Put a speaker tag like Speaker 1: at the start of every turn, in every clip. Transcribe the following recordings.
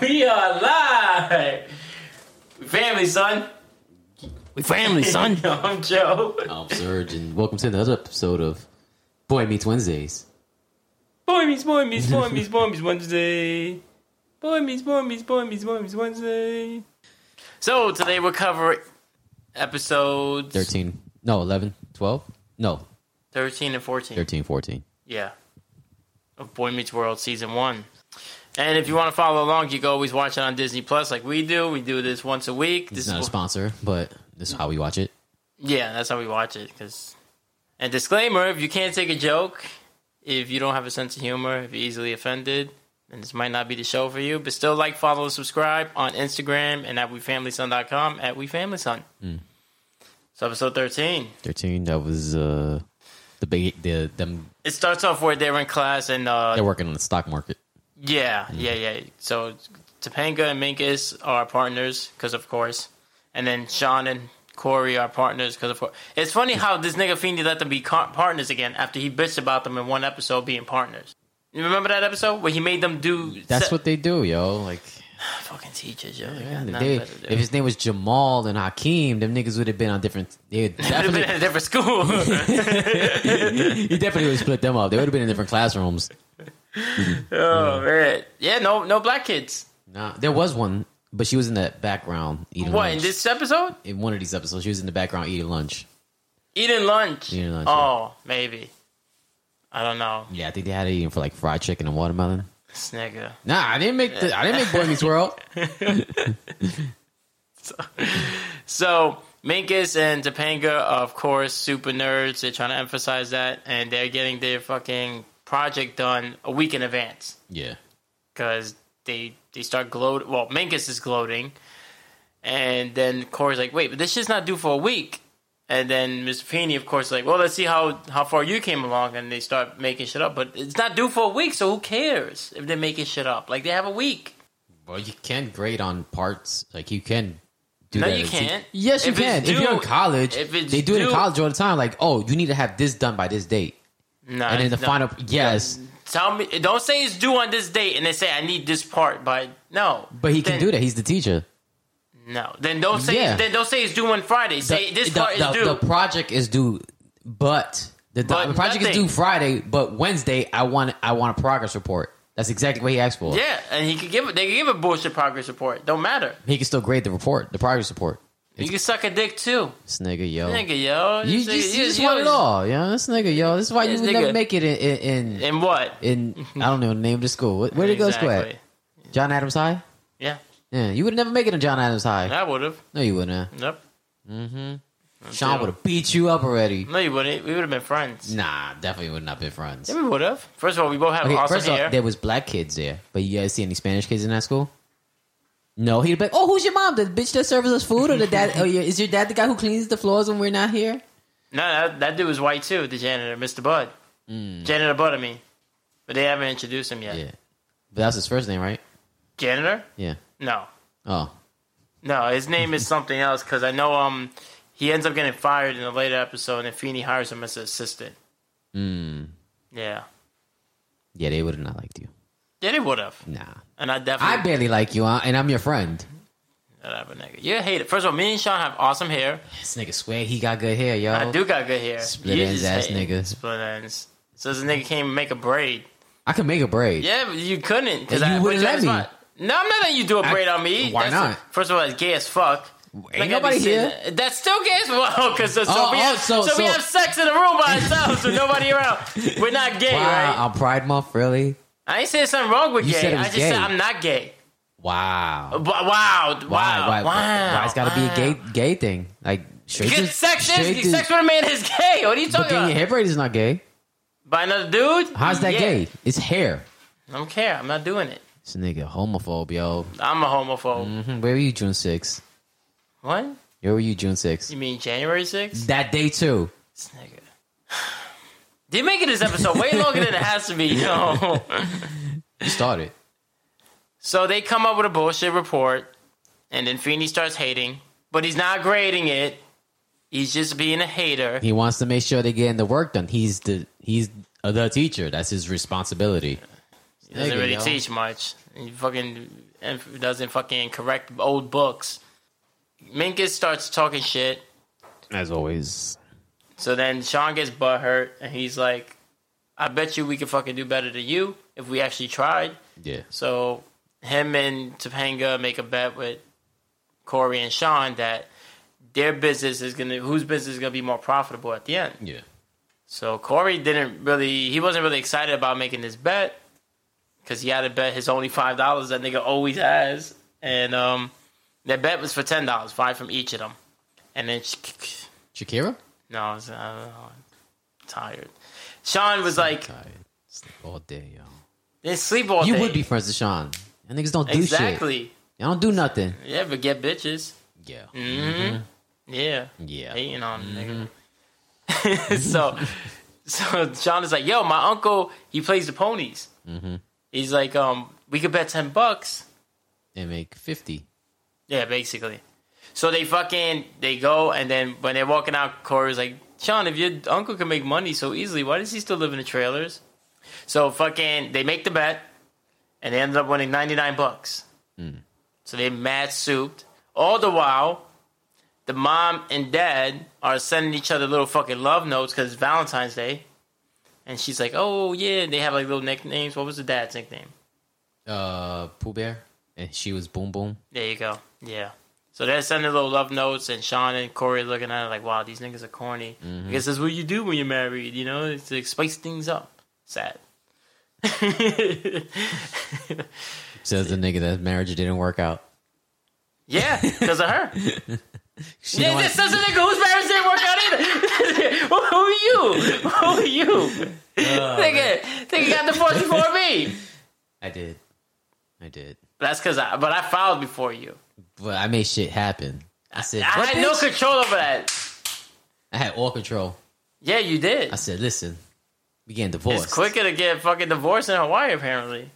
Speaker 1: we are live. We family, son.
Speaker 2: We family, son.
Speaker 1: I'm Joe.
Speaker 3: I'm Serge, and welcome to another episode of Boy Meets Wednesdays.
Speaker 1: Boy meets boy meets boy meets boy meets Wednesday. Boy meets boy meets boy meets boy meets Wednesday. So today we're covering episodes
Speaker 3: 13, no, 11, 12, no,
Speaker 1: 13 and 14.
Speaker 3: 13, 14.
Speaker 1: Yeah. Of Boy Meets World season one. And if you want to follow along, you can always watch it on Disney Plus like we do. We do this once a week.
Speaker 3: This
Speaker 1: This
Speaker 3: is not a
Speaker 1: is
Speaker 3: sponsor, but this is how we watch it.
Speaker 1: Yeah, that's how we watch it. Cause, and disclaimer: if you can't take a joke, if you don't have a sense of humor, if you're easily offended, then this might not be the show for you. But still, like, follow, and subscribe on Instagram and at wefamilyson.com at wefamilyson. So episode thirteen.
Speaker 3: 13, that was uh, the big, the, them,
Speaker 1: It starts off where they were in class and uh,
Speaker 3: they're working on the stock market.
Speaker 1: Yeah,
Speaker 3: Mm-hmm.
Speaker 1: yeah, yeah. So Topanga and Minkus are partners because, of course, and then Sean and Corey are partners because, of course. It's funny how this nigga Feeny let them be car- partners again after he bitched about them in one episode being partners. You remember that episode where he made them do?
Speaker 3: That's
Speaker 1: se- Ah,
Speaker 3: what they do, yo. Like,
Speaker 1: fucking teachers, yo. They got
Speaker 3: man,
Speaker 1: nothing
Speaker 3: they,
Speaker 1: better to do.
Speaker 3: if his name was Jamal and Hakeem, them niggas would have been on different, they would
Speaker 1: They'd have been
Speaker 3: definitely,
Speaker 1: at a different school.
Speaker 3: he definitely would have split them up. They would have been in different classrooms.
Speaker 1: oh man, yeah. No, no black kids.
Speaker 3: Nah, there was one, but she was in the background eating
Speaker 1: What
Speaker 3: lunch.
Speaker 1: in this episode?
Speaker 3: in one of these episodes, she was in the background eating lunch.
Speaker 1: Eating lunch.
Speaker 3: Eating lunch, yeah.
Speaker 1: Oh, maybe. I don't know.
Speaker 3: Yeah, I think they had it eating for like fried chicken and watermelon.
Speaker 1: This nigga.
Speaker 3: Nah, I didn't make the, I didn't make Boy Meets World.
Speaker 1: So Minkus and Topanga, are, of course, super nerds. They're trying to emphasize that, and they're getting their fucking project done a week in advance
Speaker 3: Yeah,
Speaker 1: because they they start gloat. Well, Minkus is gloating, and then Corey's like, "Wait, but this shit's not due for a week." And then Mr. Feeney, of course, like, "Well, let's see how how far you came along," and they start making shit up. But it's not due for a week, so who cares if they're making shit up? Like they have a week.
Speaker 3: well, you can grade on parts. Like you can do
Speaker 1: No,
Speaker 3: that.
Speaker 1: you can't.
Speaker 3: Yes, you
Speaker 1: If it's
Speaker 3: can. if
Speaker 1: due-
Speaker 3: you're in college,
Speaker 1: if it's
Speaker 3: they do it
Speaker 1: due-
Speaker 3: in college all the time. Like, oh, you need to have this done by this date,
Speaker 1: No,
Speaker 3: and then the
Speaker 1: no.
Speaker 3: final. Yes,
Speaker 1: Tell me, don't say it's due on this date, and they say I need this part, but no.
Speaker 3: but he can
Speaker 1: Then-
Speaker 3: do that. He's the teacher.
Speaker 1: No, then don't say
Speaker 3: Yeah.
Speaker 1: then don't say it's due on Friday. Say this
Speaker 3: the,
Speaker 1: part
Speaker 3: the-
Speaker 1: is due.
Speaker 3: the project is due, but the,
Speaker 1: But
Speaker 3: the project is
Speaker 1: nothing.
Speaker 3: due Friday. But Wednesday, I want I want a progress report. That's exactly what he asked for.
Speaker 1: yeah, and he could give it. They could give a bullshit progress report. Don't matter.
Speaker 3: He can still grade the report, the progress report.
Speaker 1: You can suck a dick too,
Speaker 3: This nigga, yo.
Speaker 1: nigga, yo. This
Speaker 3: You
Speaker 1: nigga-
Speaker 3: just, you
Speaker 1: you-
Speaker 3: just
Speaker 1: you
Speaker 3: want it
Speaker 1: always-
Speaker 3: all, yo. This nigga, yo. This is why you
Speaker 1: This
Speaker 3: would never
Speaker 1: nigga-
Speaker 3: make it in in, in,
Speaker 1: And what?
Speaker 3: in I don't know the name of the school. Where, where did it go school at?
Speaker 1: Exactly.
Speaker 3: John Adams High.
Speaker 1: Yeah,
Speaker 3: Yeah, you would never make it in John Adams High.
Speaker 1: I would have.
Speaker 3: No, you wouldn't.
Speaker 1: Yep.
Speaker 3: Sean would have beat you up already.
Speaker 1: No, you wouldn't. We would have been friends.
Speaker 3: Nah, definitely would not been friends.
Speaker 1: Yeah, we would have. First of all, we both have
Speaker 3: Okay,
Speaker 1: awesome
Speaker 3: first
Speaker 1: hair.
Speaker 3: off, there was black kids there, but you guys see any Spanish kids in that school? No, he'd be like, "Oh, who's your mom? The bitch that serves us food, or the dad? Or your, is your dad the guy who cleans the floors when we're not here?"
Speaker 1: No, that, that dude was white too. The janitor, Mr. Bud, janitor Bud. I mean, but they haven't introduced him yet.
Speaker 3: Mm. Yeah, but that's his first name, right?
Speaker 1: Janitor?
Speaker 3: Yeah.
Speaker 1: No,
Speaker 3: Oh,
Speaker 1: no. His name is something else because I know um he ends up getting fired in a later episode, and Feeney hires him as an assistant.
Speaker 3: mm.
Speaker 1: Yeah,
Speaker 3: yeah, they would have not liked you.
Speaker 1: yeah, they would have,
Speaker 3: Nah.
Speaker 1: and I
Speaker 3: I
Speaker 1: definitely
Speaker 3: barely like you, huh? and I'm your friend.
Speaker 1: whatever nigga. You hate it. First of all, me and Sean have awesome hair.
Speaker 3: This nigga swear he got good hair, yo.
Speaker 1: I
Speaker 3: I,
Speaker 1: do got good hair.
Speaker 3: Oh. Split
Speaker 1: You
Speaker 3: ends
Speaker 1: just
Speaker 3: ass
Speaker 1: hate
Speaker 3: nigga.
Speaker 1: Split ends. So this nigga came and make a braid.
Speaker 3: can make a braid.
Speaker 1: Yeah, but you couldn't because
Speaker 3: You
Speaker 1: I
Speaker 3: wouldn't
Speaker 1: put you on
Speaker 3: let
Speaker 1: the spot. No, I'm not letting you do a
Speaker 3: I-
Speaker 1: braid on me.
Speaker 3: Why not?
Speaker 1: first of all, it's gay as fuck.
Speaker 3: Ain't
Speaker 1: I'd be
Speaker 3: nobody
Speaker 1: sitting-
Speaker 3: here.
Speaker 1: That's still gay as fuck. because so, so
Speaker 3: Oh,
Speaker 1: we
Speaker 3: oh,
Speaker 1: have, so,
Speaker 3: so-
Speaker 1: we
Speaker 3: so-
Speaker 1: have sex in a room by ourselves with nobody around. We're not gay,
Speaker 3: wow,
Speaker 1: right?
Speaker 3: on Pride Month, really?
Speaker 1: I ain't saying something wrong with
Speaker 3: You
Speaker 1: gay.
Speaker 3: said it
Speaker 1: I
Speaker 3: was
Speaker 1: just
Speaker 3: gay.
Speaker 1: said I'm not gay.
Speaker 3: Wow.
Speaker 1: But wow, wow, Oh, wow,
Speaker 3: why,
Speaker 1: wow.
Speaker 3: why it's got to be a gay gay thing? Like straight
Speaker 1: Good
Speaker 3: dudes-
Speaker 1: sex
Speaker 3: straight
Speaker 1: is
Speaker 3: dudes-
Speaker 1: sex with a man is gay. What are you
Speaker 3: But
Speaker 1: talking
Speaker 3: getting
Speaker 1: about?
Speaker 3: your hair braid is not gay.
Speaker 1: By another dude?
Speaker 3: How's that
Speaker 1: Yeah.
Speaker 3: gay? It's hair.
Speaker 1: I don't care. I'm not doing it.
Speaker 3: This nigga homophobe, yo.
Speaker 1: I'm a homophobe.
Speaker 3: Mhm. Where were you June 6th?
Speaker 1: What?
Speaker 3: Where were you June 6th?
Speaker 1: You mean January 6th?
Speaker 3: That day too.
Speaker 1: This nigga. They're making this episode way longer than it has to be, yo.
Speaker 3: You started.
Speaker 1: so they come up with a bullshit report, and then Feeney starts hating, but he's not grading it. He's just being a hater.
Speaker 3: He wants to make sure they're getting the work done. He's the he's the teacher. That's his responsibility.
Speaker 1: He doesn't
Speaker 3: Nigga,
Speaker 1: really
Speaker 3: yo.
Speaker 1: teach much. He fucking inf- doesn't fucking correct old books. Minkus starts talking shit.
Speaker 4: As always.
Speaker 1: So then Sean gets butt hurt, and he's like, "I bet you we could fucking do better than you if we actually tried."
Speaker 4: Yeah.
Speaker 1: So him and Topanga make a bet with Corey and Sean that their business is gonna whose business is gonna be more profitable at the end.
Speaker 4: Yeah.
Speaker 1: So Corey didn't really he wasn't really excited about making this bet because he had to bet his only five dollars that nigga always has, and um, their bet was for ten dollars, five from each of them, and then.
Speaker 3: Shakira?
Speaker 1: No, I was, I don't know. I'm tired. Sean was like,
Speaker 3: Tired. Sleep all day, yo.
Speaker 1: they sleep all
Speaker 3: You
Speaker 1: day.
Speaker 3: would be friends with Sean. And niggas don't do shit.
Speaker 1: exactly.
Speaker 3: Y'all don't do nothing.
Speaker 1: Yeah, but get bitches.
Speaker 3: Yeah.
Speaker 1: Mm-hmm.
Speaker 3: Mm-hmm.
Speaker 1: Yeah,
Speaker 3: Yeah.
Speaker 1: hating on them, nigga. so, so Sean is like, yo, my uncle, he plays the ponies. He's like, um, we could bet ten bucks.
Speaker 3: And make 50.
Speaker 1: Yeah, basically. So they fucking they go and then when they're walking out, Corey's like, Sean, if your uncle can make money so easily, why does he still live in the trailers? So fucking they make the bet and they ended up winning ninety nine bucks. So they mad souped. All the while, the mom and dad are sending each other little fucking love notes because it's Valentine's Day. And she's like, Oh yeah, and they have like little nicknames. What was the dad's nickname?
Speaker 3: Uh, Pooh Bear. And she was boom boom.
Speaker 1: There you go. Yeah. So they're sending little love notes, and Sean and Corey are looking at it like, wow, these niggas are corny.
Speaker 3: Mm-hmm.
Speaker 1: I guess that's what you do when you're married, you know? It's like spice things up. Sad.
Speaker 3: Says the nigga that marriage didn't work out.
Speaker 1: yeah, because of her.
Speaker 3: She
Speaker 1: yeah,
Speaker 3: don't
Speaker 1: this
Speaker 3: want-
Speaker 1: doesn't nigga whose marriage didn't work out either. who, who are you? Who are you?
Speaker 3: Oh,
Speaker 1: nigga, nigga got divorced before me.
Speaker 3: I did. I did.
Speaker 1: That's because I, but I filed before you.
Speaker 3: But I made shit happen. I said,
Speaker 1: I
Speaker 3: "What,
Speaker 1: had no
Speaker 3: bitch?"
Speaker 1: control over that.
Speaker 3: I had all control.
Speaker 1: Yeah, you did.
Speaker 3: I said, listen, we getting divorced.
Speaker 1: It's quicker to get fucking divorced in Hawaii, apparently.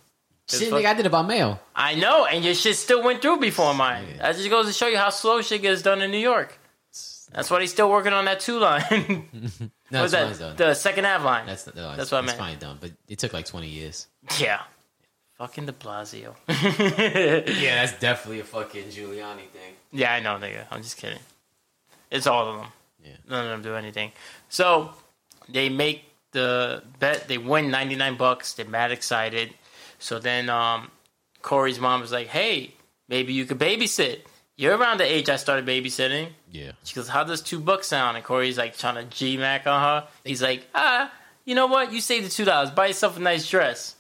Speaker 3: Shit, nigga, I did it by mail.
Speaker 1: I know, and your shit still went through before mine.
Speaker 3: Yeah.
Speaker 1: That just goes to show you how slow shit gets done in New York. That's why they still working on that two line.
Speaker 3: No,
Speaker 1: What's
Speaker 3: that's mine's
Speaker 1: that?
Speaker 3: done.
Speaker 1: The second half line.
Speaker 3: That's not, no,
Speaker 1: what I
Speaker 3: it's
Speaker 1: meant.
Speaker 3: finally done, but it took like 20 years.
Speaker 1: yeah. Fucking De Blasio.
Speaker 3: Yeah, that's definitely a fucking Giuliani thing.
Speaker 1: yeah, I know, nigga. I'm just kidding. It's all of them.
Speaker 3: Yeah.
Speaker 1: None of them do anything. So they make the bet. They win 99 bucks. They're mad excited. So then um, Corey's mom was like, "Hey, maybe you could babysit. You're around the age I started babysitting."
Speaker 4: Yeah.
Speaker 1: She goes, "How does two bucks sound?" And Corey's like trying to G Mac on her. He's like, "Ah, you know what? You saved the two dollars. Buy yourself a nice dress.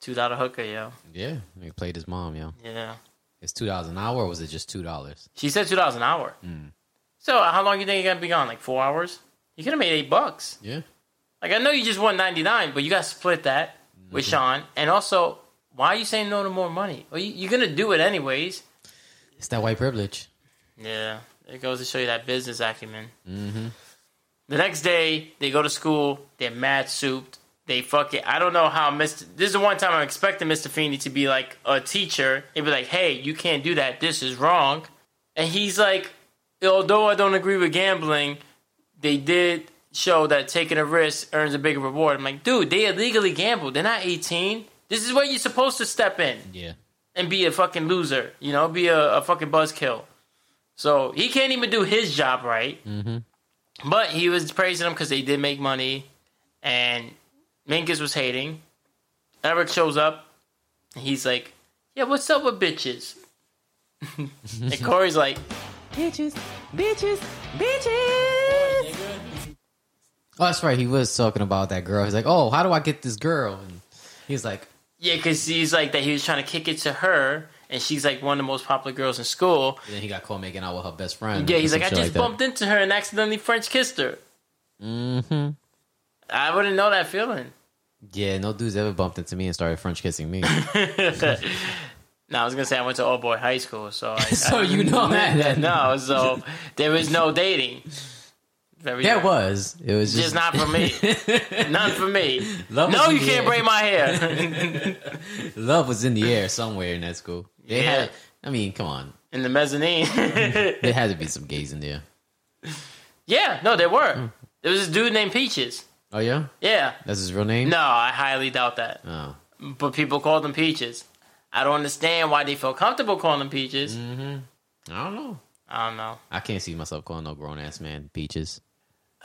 Speaker 1: Two dollar hooker, yo.
Speaker 3: Yeah, he played his mom, yo.
Speaker 1: Yeah."
Speaker 3: It's $2 an hour or was it just $2?
Speaker 1: She said two dollars an hour. So how long you think you're gonna be gone? Like four hours? You could have made eight bucks.
Speaker 3: Yeah.
Speaker 1: Like I know you just won ninety nine, but you got to split that with Sean. And also, why are you saying no to more money? Well, you, you're gonna do it anyways.
Speaker 3: It's that white privilege.
Speaker 1: Yeah, it goes to show you that business acumen. Mm-hmm. The next day, they go to school. They're mad souped. They fuck it. I don't know how Mr. This is the one time I'm expecting Mr. Feeney to be like a teacher. He'd be like, "Hey, you can't do that. This is wrong." And he's like, "Although I don't agree with gambling, they did show that taking a risk earns a bigger reward." I'm like, "Dude, they illegally gambled. They're not 18. This is where you're supposed to step in."
Speaker 3: Yeah.
Speaker 1: and be a fucking loser. You know, be a, a fucking buzzkill. So he can't even do his job right. Mm-hmm. But he was praising them because they did make money, and Minkus was hating. Eric shows up. and He's like, "Yeah, what's up with bitches?" and Corey's like,
Speaker 2: Bitches, bitches, bitches.
Speaker 3: Oh, that's right. He was talking about that girl. He's like, oh, how do I get this girl? And he's like,
Speaker 1: "Yeah," because he's like that. He was trying to kick it to her, and she's like one of the most popular girls in school.
Speaker 3: and then he got caught making out with her best friend.
Speaker 1: Yeah, he's like, I just bumped into her and accidentally French kissed her.
Speaker 3: Mm-hmm.
Speaker 1: I wouldn't know that feeling.
Speaker 3: Yeah, no dude's ever bumped into me and started French kissing me.
Speaker 1: No, I was gonna say I went to all boy high school, so I,
Speaker 3: so you know that.
Speaker 1: I-
Speaker 3: that
Speaker 1: no, so there was no dating. Very
Speaker 3: There
Speaker 1: good.
Speaker 3: was. It was
Speaker 1: just
Speaker 3: just,
Speaker 1: not for me. None for me.
Speaker 3: Love
Speaker 1: no,
Speaker 3: was in
Speaker 1: you
Speaker 3: the
Speaker 1: can't
Speaker 3: air.
Speaker 1: braid my hair
Speaker 3: love was in the air somewhere in that school. They
Speaker 1: Yeah.
Speaker 3: had. I mean, come on.
Speaker 1: in the mezzanine.
Speaker 3: There had to be some gays in there.
Speaker 1: yeah, no, there
Speaker 3: Mm.
Speaker 1: were. There was this dude named Peaches.
Speaker 3: Oh yeah,
Speaker 1: Yeah,
Speaker 3: that's his real name.
Speaker 1: no, I highly doubt that.
Speaker 3: Oh.
Speaker 1: but people call them peaches. I don't understand why they feel comfortable calling them peaches.
Speaker 3: Mm. I don't know.
Speaker 1: I don't know.
Speaker 3: I can't see myself calling no grown ass man peaches.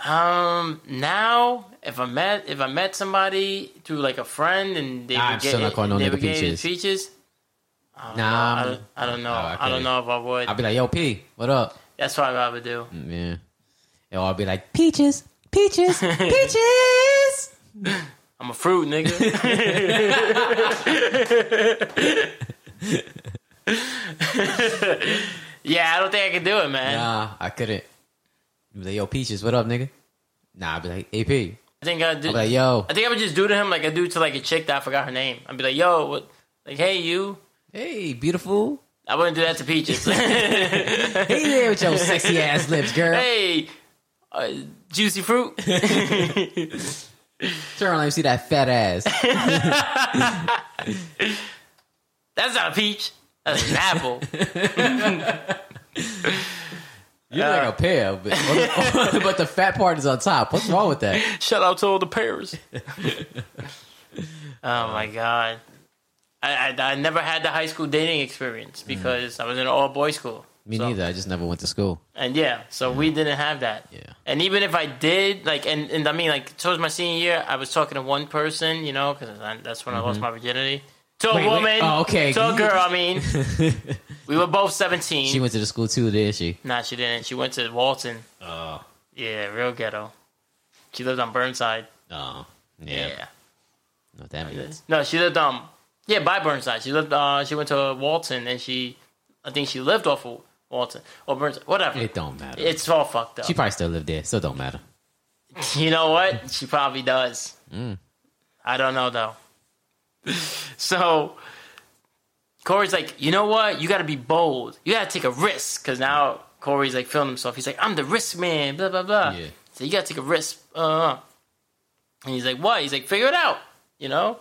Speaker 1: Um, now if I met if I met somebody through like a friend and they
Speaker 3: I'm
Speaker 1: were
Speaker 3: still not
Speaker 1: getting
Speaker 3: calling no
Speaker 1: they
Speaker 3: nigga
Speaker 1: were getting
Speaker 3: peaches. Um,
Speaker 1: peaches. I
Speaker 3: oh,
Speaker 1: don't
Speaker 3: Nah,
Speaker 1: know. Uh, I
Speaker 3: I'm-
Speaker 1: don't, I don't know.
Speaker 3: I
Speaker 1: I don't
Speaker 3: can't.
Speaker 1: know if I would.
Speaker 3: I'll be like, yo, P, what up? Mm,
Speaker 1: That's what I would do.
Speaker 3: Yeah. Yo, I'll be like,
Speaker 2: Peaches, peaches, peaches.
Speaker 1: I'm a fruit nigga. yeah, I don't think I can do it, man.
Speaker 3: nah, I couldn't. I'll be like, yo, peaches, what up, nigga? Nah, I'll be like, AP.
Speaker 1: I think I do.
Speaker 3: I'll be like, yo,
Speaker 1: I think I would just do to him like I do to like a chick that I forgot her name. I'd be like, "Yo, what? Like, hey, you."
Speaker 3: hey, beautiful.
Speaker 1: I wouldn't do that to peaches.
Speaker 3: Hey there with your sexy ass lips, girl.
Speaker 1: hey, uh, juicy fruit.
Speaker 3: Turn around and see that fat ass.
Speaker 1: That's not a peach. That's an apple.
Speaker 3: You're like a pear, but, but the fat part is on top. What's wrong with that?
Speaker 1: Shout out to all the pears. oh my god. I, I I never had the high school dating experience because I was in an all boys school.
Speaker 3: Me
Speaker 1: So-
Speaker 3: neither. I just never went to school.
Speaker 1: And yeah, so we didn't have that.
Speaker 3: Yeah.
Speaker 1: And even if I did, like, and, and I mean, like, towards my senior year, I was talking to one person, you know, because that's when I lost my virginity. To a
Speaker 3: Mm-hmm. Wait, wait.
Speaker 1: woman.
Speaker 3: Oh, okay.
Speaker 1: To a girl, I mean. we were both 17.
Speaker 3: She went to the school too, did she?
Speaker 1: nah, she didn't. She went to Walton.
Speaker 3: Oh.
Speaker 1: Yeah, real ghetto. She lived on Burnside.
Speaker 3: Oh. Yeah.
Speaker 1: Yeah.
Speaker 3: No, that means.
Speaker 1: No, she lived, um, yeah, by Burnside. She lived, uh, she went to Walton and she, I think she lived off of Walton or Burnside, whatever.
Speaker 3: It don't matter.
Speaker 1: it's all fucked up.
Speaker 3: she probably still lived there, so it don't matter.
Speaker 1: You know what? She probably does.
Speaker 3: Mm.
Speaker 1: I don't know though. so Corey's like, you know what? You got to be bold. You got to take a risk because now Corey's like feeling himself. He's like, I'm the risk man. Blah blah blah.
Speaker 3: Yeah.
Speaker 1: So you got to take a risk. Uh, and he's like, what? He's like, figure it out. You know.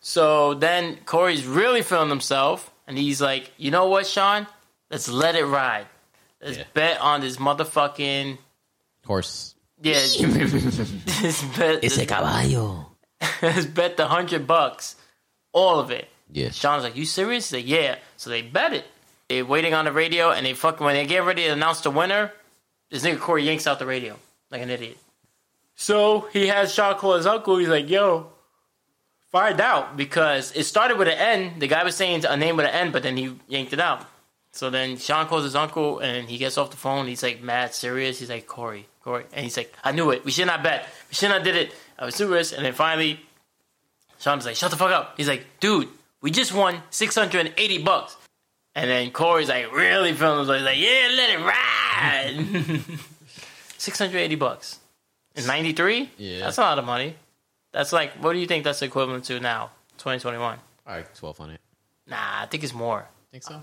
Speaker 1: So then Corey's really feeling himself, and he's like, you know what, Sean? Let's let it ride. Let's
Speaker 3: Yeah.
Speaker 1: bet on this motherfucking
Speaker 3: Horse.
Speaker 1: yeah. Let's bet,
Speaker 3: Ese caballo.
Speaker 1: let's bet the hundred bucks, all of it.
Speaker 3: Yeah.
Speaker 1: Sean's like, "You serious?" He's like, "Yeah." So they bet it. They're waiting on the radio, and they fucking when they get ready to announce the winner, this nigga Corey yanks out the radio like an idiot. So he has Sean call his uncle. He's like, "Yo, find out," because it started with an N. The guy was saying a name with an N, but then he yanked it out. So then Sean calls his uncle, and he gets off the phone. He's like mad serious. He's like, "Corey, Corey," and he's like, "I knew it. We should not bet. We should not did it. I was serious." And then finally, Sean's like, shut the fuck up. He's like, dude, we just won 680 bucks. And then Corey's like, really feeling himself. He's like, yeah, let it ride. 680 bucks. In 93?
Speaker 3: Yeah.
Speaker 1: That's a lot of money. That's like, what do you think that's equivalent to now, 2021?
Speaker 3: All right, 1200.
Speaker 1: Nah, I think it's more.
Speaker 3: Think so?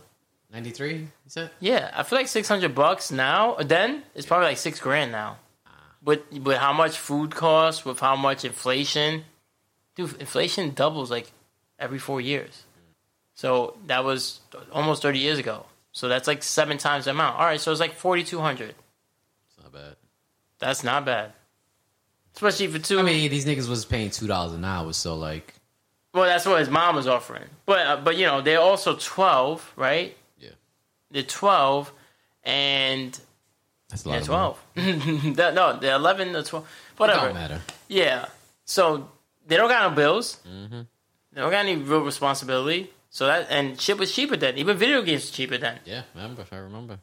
Speaker 3: 93, you said?
Speaker 1: Yeah, I feel like 600 bucks now, then it's probably like six grand now. With, with how much food costs, with how much inflation. Dude, inflation doubles like every four years. So that was almost 30 years ago. So that's like seven times the amount. All right, so it's like 4,200.
Speaker 3: It's not bad.
Speaker 1: That's not bad. Especially for two.
Speaker 3: I mean, these niggas was paying $2 an hour, so like.
Speaker 1: well, that's what his mom was offering. But, uh, but you know, they're also 12, right?
Speaker 3: Yeah.
Speaker 1: They're 12, and
Speaker 3: That's a lot
Speaker 1: Yeah,
Speaker 3: of
Speaker 1: twelve. The- no, the eleven, the twelve,
Speaker 3: money. It
Speaker 1: whatever.
Speaker 3: don't matter.
Speaker 1: Yeah. So they don't got no bills.
Speaker 3: Mm-hmm.
Speaker 1: They don't got any real responsibility. So that and shit was cheaper then. Even video games were cheaper then.
Speaker 3: Yeah, I remember, if I remember.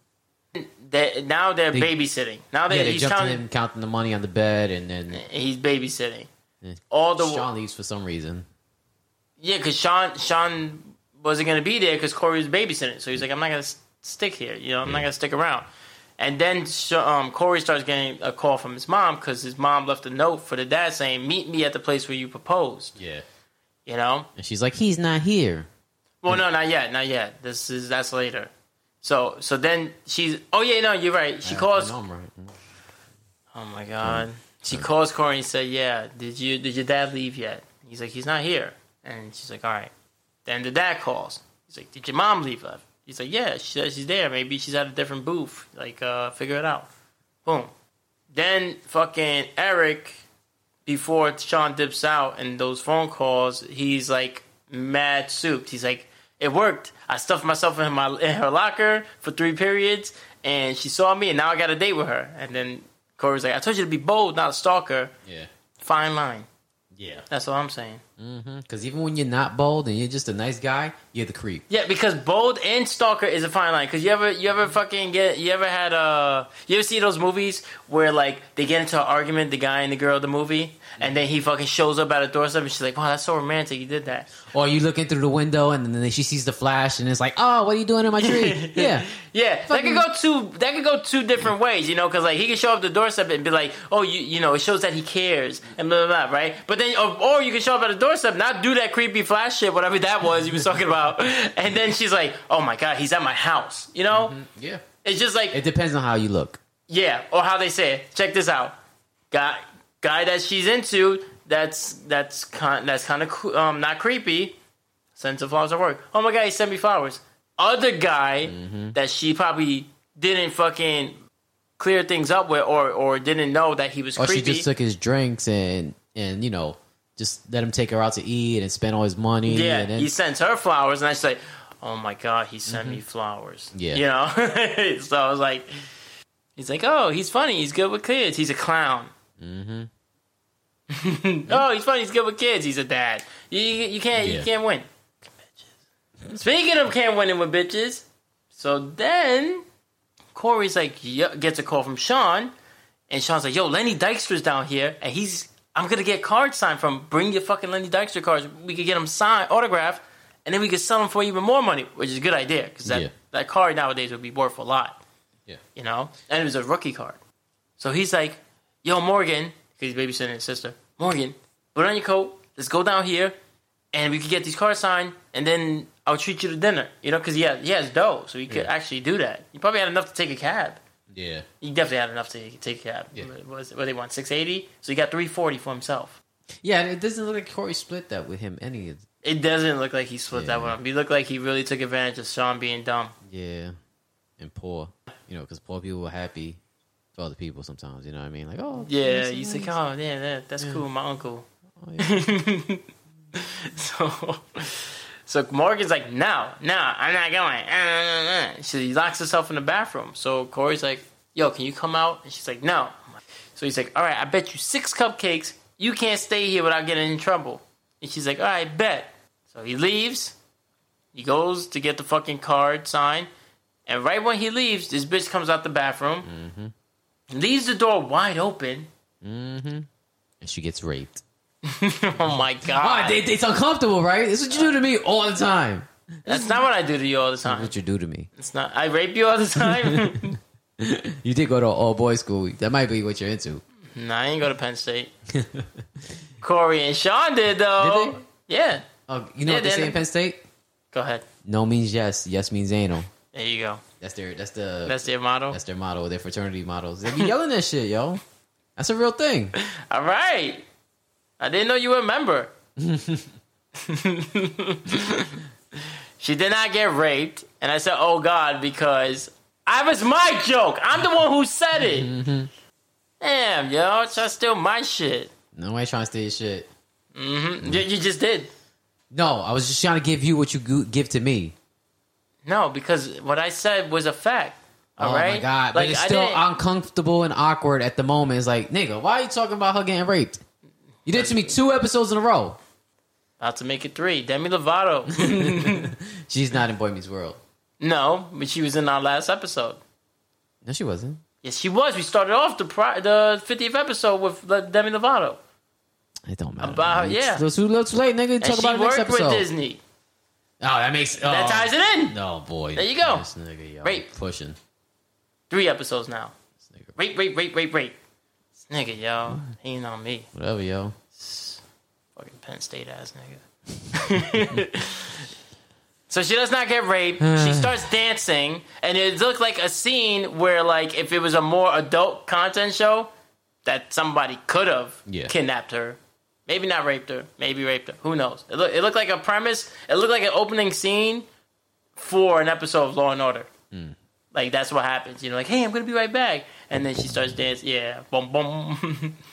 Speaker 1: They, now they're
Speaker 3: They-
Speaker 1: babysitting. Now they,
Speaker 3: Yeah, they
Speaker 1: he's
Speaker 3: jumped
Speaker 1: counting.
Speaker 3: in, counting the money on the bed, and then
Speaker 1: He's babysitting.
Speaker 3: Yeah.
Speaker 1: All the
Speaker 3: Sean leaves for some reason.
Speaker 1: yeah, because Sean Sean wasn't gonna be there because Corey was babysitting. So he's like, I'm not gonna s- stick here. You know, I'm not gonna stick around. And then Sh- um, Corey starts getting a call from his mom because his mom left a note for the dad saying, "Meet me at the place where you proposed."
Speaker 3: Yeah.
Speaker 1: You know?
Speaker 3: And she's like, he's not here.
Speaker 1: Well, no, not yet, not yet. This is that's later. So, so then she's. Oh yeah, no, you're right. She calls.
Speaker 3: I know I'm right.
Speaker 1: Oh my god. She calls Corey and said, "Yeah, did you did your dad leave yet?" He's like, "He's not here." And she's like, "All right." Then the dad calls. He's like, "Did your mom leave?" Left? He's like, "Yeah, she said she's there. Maybe she's at a different booth. Like, uh, figure it out." Boom. Then fucking Eric before Sean dips out and those phone calls, he's like mad souped. He's like, it worked. I stuffed myself in my in her locker for three periods, and she saw me, and now I got a date with her. And then Corey's like, I told you to be bold, not a stalker.
Speaker 3: Yeah.
Speaker 1: Fine line.
Speaker 4: Yeah.
Speaker 1: That's all I'm saying.
Speaker 3: Because Mm-hmm. even when you're not bold and you're just a nice guy, you're the creep.
Speaker 1: Yeah, because bold and stalker is a fine line. Because you ever, you ever fucking get, you ever had uh you ever see those movies where like they get into an argument, the guy and the girl, of the movie, and then he fucking shows up at a doorstep, and she's like, "Wow, that's so romantic, you did that."
Speaker 3: Or you looking through the window and then she sees the flash and it's like, oh, what are you doing in my tree? yeah.
Speaker 1: Yeah,
Speaker 3: Fucking-
Speaker 1: that could go two. That could go two different ways, you know, because like he could show up at the doorstep and be like, "Oh, you, you know, it shows that he cares," and blah blah blah, right? But then, oh, or, or you can show up at the doorstep, not do that creepy flash shit, whatever that was you was talking about, and then she's like, "Oh my god, he's at my house," you know?
Speaker 3: Yeah.
Speaker 1: It's just like,
Speaker 3: It depends on how you look.
Speaker 1: yeah, or how they say it. Check this out, guy, guy that she's into, that's that's kind that's kind of um not creepy. Sends her flowers at work. Oh my god, he sent me flowers. Other guy
Speaker 3: Mm-hmm.
Speaker 1: that she probably didn't fucking clear things up with, or or didn't know that he was
Speaker 3: Or Oh, she
Speaker 1: creepy.
Speaker 3: just took his drinks and, and you know, just let him take her out to eat and spend all his money.
Speaker 1: yeah,
Speaker 3: And then,
Speaker 1: he sends her flowers, and I say, "Oh my god, he sent me flowers."
Speaker 3: Mm-hmm. Yeah.
Speaker 1: you know. so I was like, "He's like, oh, he's funny. He's good with kids. He's a clown." Mm-hmm. oh, he's funny. He's good with kids. He's a dad. You you, you can't you
Speaker 3: Yeah.
Speaker 1: can't win. Bitches. Speaking of can't winning with bitches, so then Corey's like yo, gets a call from Sean, and Sean's like, "Yo, Lenny Dykstra's down here, and he's I'm gonna get cards signed from. him. Bring your fucking Lenny Dykstra cards. We could get them signed, autographed, and then we could sell them for even more money, which is a good idea because that
Speaker 3: Yeah.
Speaker 1: that card nowadays would be worth a lot.
Speaker 3: Yeah.
Speaker 1: you know, and it was a rookie card. So he's like, "Yo, Morgan, because he's babysitting his sister. Morgan, put on your coat. Let's go down here, and we could get these cards signed, and then." I'll treat you to dinner, you know, because he has, he has dough, so he could
Speaker 3: Yeah.
Speaker 1: actually do that. He probably had enough to take a cab.
Speaker 3: yeah.
Speaker 1: He definitely had enough to take a cab.
Speaker 3: Yeah.
Speaker 1: What was what they want six eighty? So he got three forty for himself.
Speaker 3: Yeah, and it doesn't look like Corey split that with him any of
Speaker 1: It doesn't look like he split that
Speaker 3: Yeah.
Speaker 1: one up. He looked like he really took advantage of Sean being dumb.
Speaker 3: Yeah, and poor. You know, because poor people are happy for other people sometimes. You know what I mean? Like, oh,
Speaker 1: Yeah,
Speaker 3: you
Speaker 1: he's like, oh yeah, that, that's cool, my uncle.
Speaker 3: Oh, yeah.
Speaker 1: so, so Morgan's like, no, no, I'm not going. Uh, uh, uh." So he locks herself in the bathroom. So Corey's like, yo, can you come out? And she's like, no. So he's like, all right, I bet you six cupcakes. You can't stay here without getting in trouble. And she's like, all right, bet. So he leaves. He goes to get the fucking card signed. And right when he leaves, this bitch comes out the bathroom, leaves the door wide open.
Speaker 3: Mm-hmm. and she gets raped.
Speaker 1: oh my
Speaker 3: Ah,
Speaker 1: god!
Speaker 3: they, it's uncomfortable, right? It's what you do to me all the time.
Speaker 1: That's not what I do to you all the
Speaker 3: That's
Speaker 1: time.
Speaker 3: what you do to me.
Speaker 1: It's not. I rape you all the time.
Speaker 3: You did go to all boys school. That might be what you're into.
Speaker 1: nah, I ain't go to Penn State. Corey and Sean did though.
Speaker 3: Did
Speaker 1: Yeah.
Speaker 3: Oh, you know
Speaker 1: Yeah,
Speaker 3: what they
Speaker 1: they-
Speaker 3: say in Penn State?
Speaker 1: Go ahead.
Speaker 3: No means yes. Yes means anal.
Speaker 1: There you go.
Speaker 3: That's their. That's the. That's,
Speaker 1: That's their motto.
Speaker 3: their motto. Their fraternity models. They be yelling that shit, yo. That's a real thing.
Speaker 1: all right. I didn't know you were a member. she did not get raped, and I said, "Oh God," because I was my joke. I'm the one who said it. Damn, yo, try to steal my shit.
Speaker 3: Nobody trying to steal your shit.
Speaker 1: hmm You, you just did.
Speaker 3: No, I was just trying to give you what you go- give to me.
Speaker 1: No, because what I said was a fact. All
Speaker 3: oh
Speaker 1: right.
Speaker 3: my
Speaker 1: Like
Speaker 3: god! but it's
Speaker 1: I
Speaker 3: still
Speaker 1: didn't-
Speaker 3: uncomfortable and awkward at the moment. It's like, nigga, why are you talking about her getting raped? You did it to me two episodes in a row.
Speaker 1: about to make it three. Demi Lovato.
Speaker 3: She's not in Boy Meets World.
Speaker 1: no, but she was in our last episode.
Speaker 3: No, she wasn't.
Speaker 1: Yes, she was. We started off the pri- the fiftieth episode with Le- Demi Lovato,
Speaker 3: It don't matter.
Speaker 1: About-
Speaker 3: It's-
Speaker 1: yeah.
Speaker 3: it's too little, too late, nigga.
Speaker 1: and
Speaker 3: Talk
Speaker 1: she
Speaker 3: about it next
Speaker 1: worked
Speaker 3: episode.
Speaker 1: with Disney.
Speaker 3: Oh, that makes oh,
Speaker 1: That ties it in.
Speaker 3: No, boy.
Speaker 1: There you go.
Speaker 3: This nigga, yo,
Speaker 1: Rape.
Speaker 3: pushing.
Speaker 1: Three episodes now.
Speaker 3: This nigga,
Speaker 1: Rape, rape, rape, rape, rape. This nigga, yo, he ain't on me.
Speaker 3: whatever, yo.
Speaker 1: Fucking Penn State ass nigga. so she does not get raped. She starts dancing, and it looked like a scene where, like, if it was a more adult content show, that somebody could have
Speaker 3: Yeah.
Speaker 1: kidnapped her. Maybe not raped her. Maybe raped her. Who knows? It, look, it looked like a premise. It looked like an opening scene for an episode of Law and Order. Like that's what happens. You know, like, hey, I'm gonna be right back, and then she starts dancing. Yeah, boom, boom.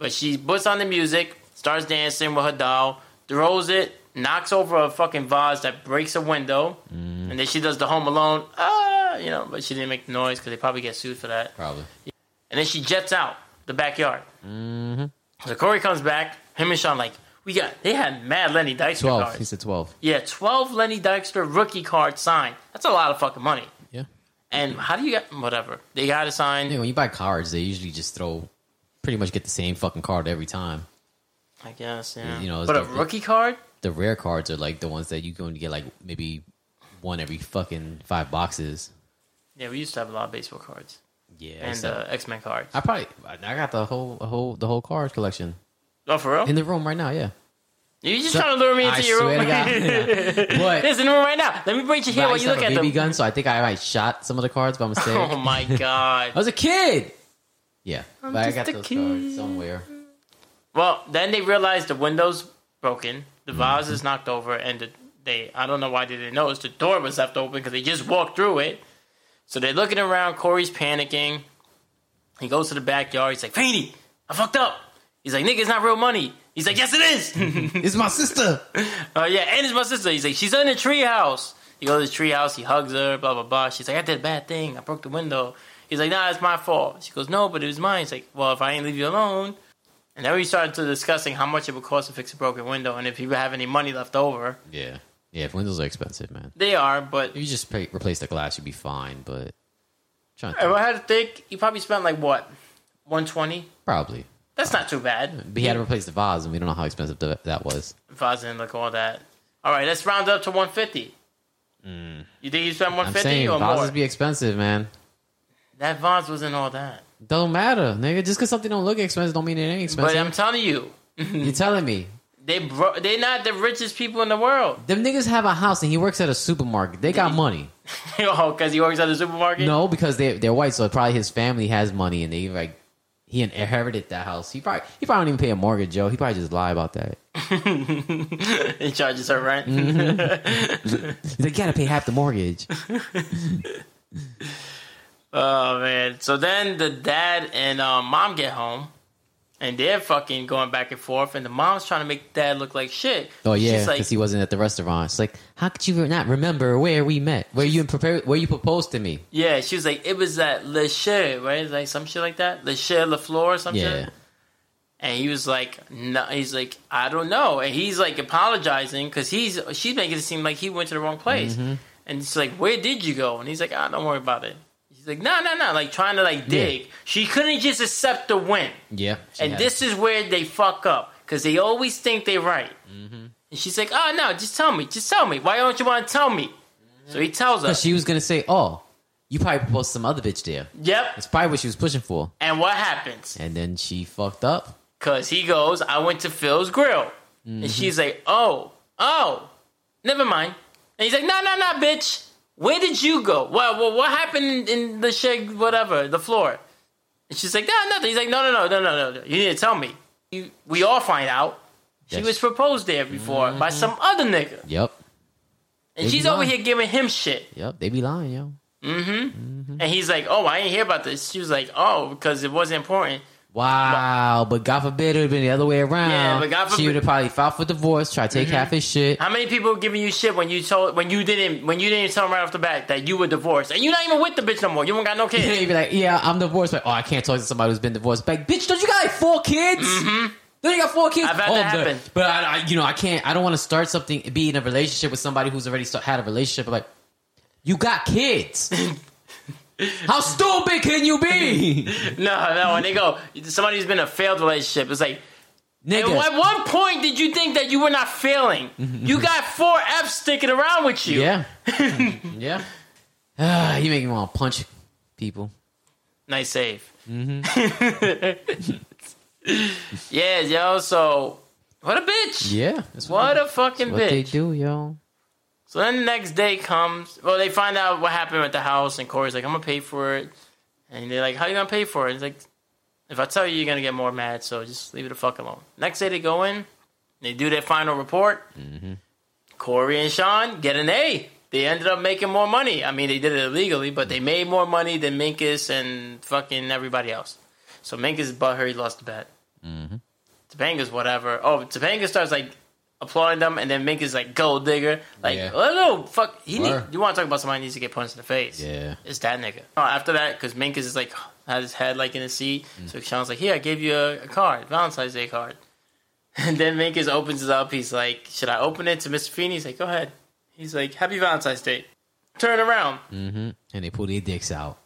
Speaker 1: But she puts on the music, starts dancing with her doll, throws it, knocks over a fucking vase that breaks a window, and then she does the Home Alone, ah, you know, but she didn't make the noise because they probably get sued for that.
Speaker 3: Probably.
Speaker 1: And then she jets out the backyard.
Speaker 3: Mm-hmm.
Speaker 1: So Corey comes back, him and Sean like, we got, they had mad Lenny Dykstra
Speaker 3: 12. He
Speaker 1: cards.
Speaker 3: said 12.
Speaker 1: Yeah, 12 Lenny Dykstra rookie card signed. That's a lot of fucking money.
Speaker 3: Yeah.
Speaker 1: And how do you get, whatever, they got to sign.
Speaker 3: Yeah, when you buy cards, they usually just throw, pretty much get the same fucking card every time.
Speaker 1: I guess, yeah.
Speaker 3: You know, it's
Speaker 1: but a
Speaker 3: like the-
Speaker 1: rookie card?
Speaker 3: The rare cards are like the ones that you going to get like maybe one every fucking five boxes.
Speaker 1: Yeah, we used to have a lot of baseball cards
Speaker 3: Yeah.
Speaker 1: and
Speaker 3: so-
Speaker 1: uh, X Men cards.
Speaker 3: I probably I got the whole the whole the whole cards collection
Speaker 1: Oh, for real?
Speaker 3: in the room right now. Yeah,
Speaker 1: you just
Speaker 3: So-
Speaker 1: trying to lure me into
Speaker 3: I
Speaker 1: your
Speaker 3: swear
Speaker 1: room?
Speaker 3: to God. but
Speaker 1: There's in the room right now. Let me bring you
Speaker 3: but
Speaker 1: here
Speaker 3: I
Speaker 1: while
Speaker 3: used
Speaker 1: you
Speaker 3: to
Speaker 1: look
Speaker 3: have a
Speaker 1: at
Speaker 3: baby
Speaker 1: them.
Speaker 3: gun, so I think I might shot some of the cards by mistake.
Speaker 1: Oh my
Speaker 3: I
Speaker 1: god!
Speaker 3: was a kid. Yeah, but I
Speaker 1: just
Speaker 3: got
Speaker 1: a
Speaker 3: those
Speaker 1: kid.
Speaker 3: cards somewhere.
Speaker 1: Well, then they realized the windows broken, the vase is knocked over, and the, they I don't know why they didn't notice the door was left open because they just walked through it. So they're looking around. Corey's panicking. He goes to the backyard. He's like, "Fanny, I fucked up." He's like, "Nigga, it's not real money." He's like, "Yes, it is."
Speaker 3: It's my sister.
Speaker 1: Oh yeah, and it's my sister. He's like, she's in the treehouse. He goes to the treehouse. He hugs her. Blah blah blah. She's like, I did a bad thing. I broke the window. He's like, Nah, it's my fault. She goes, No, but it was mine. He's like, Well, if I ain't leave you alone. And then we started to discussing how much it would cost to fix a broken window and if you have any money left over.
Speaker 3: Yeah, yeah. If windows are expensive, man,
Speaker 1: They are, but
Speaker 3: if you just pay, replace the glass, you'd be fine. But I'm trying to
Speaker 1: if
Speaker 3: think,
Speaker 1: I had to think, he probably spent like what, one twenty.
Speaker 3: probably,
Speaker 1: That's not too bad.
Speaker 3: but he had to replace the vase, and we don't know how expensive th- that was.
Speaker 1: If I didn't look all that. All right, let's round up to one fifty. You think you spent one
Speaker 3: Hmm. I'm
Speaker 1: fifty
Speaker 3: saying
Speaker 1: or more?
Speaker 3: vases be expensive, man.
Speaker 1: that vase wasn't all that.
Speaker 3: Don't matter, nigga. Just because something don't look expensive, don't mean it ain't
Speaker 1: But
Speaker 3: expensive.
Speaker 1: I'm telling you,
Speaker 3: You're telling me
Speaker 1: They bro- they're not the richest people in the world.
Speaker 3: Them niggas have a house and he works at a supermarket. They got money.
Speaker 1: oh, because he works at the supermarket.
Speaker 3: No, because they they're white, so probably his family has money and they like he inherited that house. He probably he probably don't even pay a mortgage, Joe. He probably just lie about that.
Speaker 1: he charges her rent.
Speaker 3: Mm-hmm. They gotta pay half the mortgage.
Speaker 1: Oh man! So then the dad and um, mom get home, and they're fucking going back and forth, and the mom's trying to make dad look like shit.
Speaker 3: Oh yeah,
Speaker 1: she's
Speaker 3: because
Speaker 1: like,
Speaker 3: he wasn't at the restaurant. It's like, how could you not remember where we met? Where you prepare? Where you proposed to me?
Speaker 1: yeah, she was like, it was at Le Cher, right? Like some shit like that, Le Cher, Le Fleur, or some
Speaker 3: Yeah,
Speaker 1: shit. And he was like, no, he's like, I don't know, and he's like apologizing because he's she's making it seem like he went to the wrong place,
Speaker 3: Mm-hmm.
Speaker 1: and she's like, where did you go? And he's like, ah, don't worry about it. She's like, no, no, no, like trying to like dig. She couldn't just accept the win.
Speaker 3: yeah. she
Speaker 1: And
Speaker 3: had-
Speaker 1: this is where they fuck up because they always think they're right.
Speaker 3: Mm-hmm.
Speaker 1: And she's like, "Oh no, just tell me, just tell me. Why don't you want to tell me?" So he tells her.
Speaker 3: Mm-hmm. she was gonna say, "Oh, you probably proposed to some other bitch there."
Speaker 1: yep.
Speaker 3: That's probably what she was pushing for.
Speaker 1: And what happens?
Speaker 3: And then she fucked up.
Speaker 1: Because he goes, "I went to Phil's Grill,"
Speaker 3: Mm-hmm.
Speaker 1: and she's like, "Oh, oh, never mind." And he's like, "No, no, no, bitch. Where did you go? Well, well what happened in, in the shed? Whatever, the floor." And she's like, "No, nothing." He's like, "No, no, no, no, no, no. You need to tell me. You, we all find out." She
Speaker 3: Yes.
Speaker 1: was proposed there before by some other nigga.
Speaker 3: Yep,
Speaker 1: And she's
Speaker 3: Maybe
Speaker 1: over
Speaker 3: not.
Speaker 1: here giving him shit.
Speaker 3: yep. They be lying, yo. Mm-hmm.
Speaker 1: And he's like, oh, I ain't hear about this. She was like, oh, because it wasn't important.
Speaker 3: Wow, but God forbid it would have been the other way around.
Speaker 1: Yeah, but God
Speaker 3: she
Speaker 1: forbid- Mm-hmm.
Speaker 3: would have probably filed for divorce, tried to take half his shit.
Speaker 1: How many people giving you shit when you told when you didn't when you didn't tell them right off the bat that you were divorced and you're not even with the bitch no more. You don't got no
Speaker 3: And
Speaker 1: kids.
Speaker 3: you'd be like, "Yeah, I'm divorced." Like, oh, I can't talk to somebody who's been divorced. Like, bitch, don't you got like four kids? Mm-hmm. Don't you got four kids?
Speaker 1: I've had
Speaker 3: oh,
Speaker 1: that
Speaker 3: but-
Speaker 1: happen.
Speaker 3: But, I, I, you know, I can't. I don't want to start something, be in a relationship with somebody who's already start, had a relationship. But like, you got kids. How stupid can you be,
Speaker 1: no, no. And they go somebody who's been in a failed relationship. It's like, at
Speaker 3: nigga?
Speaker 1: what, what point did you think that you were not failing? you got four F's sticking around with you.
Speaker 3: Mm-hmm. Yeah, yeah. Ah, you make me want to punch people.
Speaker 1: Nice save.
Speaker 3: Mm-hmm.
Speaker 1: yeah, yo. So what a bitch.
Speaker 3: Yeah, that's
Speaker 1: What a fucking
Speaker 3: what
Speaker 1: bitch.
Speaker 3: they do, yo.
Speaker 1: So then the next day comes. Well, they find out what happened at the house, and Corey's like, "I'm gonna pay for it," and they're like, "How you gonna pay for it?" He's like, "If I tell you, you're gonna get more mad, so just leave it the fuck alone." Next day they go in, they do their final report.
Speaker 4: Mm-hmm.
Speaker 1: Corey and Sean get an A. They ended up making more money. I mean, they did it illegally, but they made more money than Minkus and fucking everybody else. So Minkus is butthurt he lost the bet.
Speaker 4: Mm-hmm.
Speaker 1: Topanga's whatever. Oh, Topanga starts like applauding them, and then Mink is like gold digger. Like,
Speaker 4: Yeah.
Speaker 1: oh no, fuck. He need,
Speaker 4: Word.
Speaker 1: you want to talk about somebody who needs to get punched in the face?
Speaker 4: Yeah.
Speaker 1: it's that nigga. Oh, after that, because Mink is just, like had his head like in his seat, so Sean's like, here, I gave you a, a card, Valentine's Day card. And then Minkus opens it up. He's like, should I open it to Mr. Feeney? He's like, go ahead. He's like, happy Valentine's Day. Turn around.
Speaker 3: Mm-hmm. And they pull their dicks out.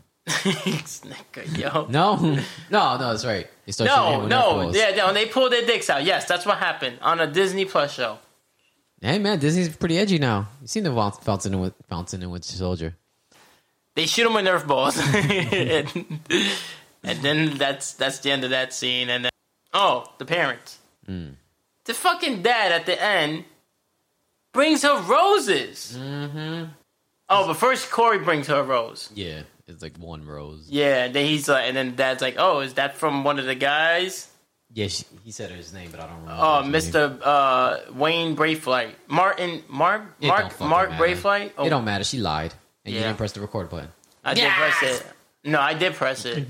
Speaker 1: Nigga, yo.
Speaker 3: No, no, no. That's right. They start shooting
Speaker 1: No,
Speaker 3: with
Speaker 1: no,
Speaker 3: knuckles.
Speaker 1: yeah, no, they pulled their dicks out. Yes, that's what happened on a Disney Plus show.
Speaker 3: Hey man, Disney's pretty edgy now. You seen the Val- Fountain and Win- Fountain and Winter Soldier?
Speaker 1: They shoot them with Nerf balls, and, and then that's that's the end of that scene. And then oh, the parents,
Speaker 3: Hmm.
Speaker 1: the fucking dad at the end brings her roses. Mm-hmm. Oh, but first Corey brings her a rose.
Speaker 3: Yeah, it's like one rose.
Speaker 1: Yeah, and then he's like, and then dad's like, oh, is that from one of the guys?
Speaker 3: Yeah, she, he said his name, but I don't remember.
Speaker 1: Oh,
Speaker 3: his name.
Speaker 1: Mr. Uh, Wayne Brayflight. Martin, Mark,
Speaker 3: It don't
Speaker 1: Mark,
Speaker 3: fucking
Speaker 1: Mark
Speaker 3: matter.
Speaker 1: Brayflight? Oh,
Speaker 3: It don't matter. She lied, and you
Speaker 1: Yeah.
Speaker 3: didn't press the record button.
Speaker 1: I did press it. No, I did press it.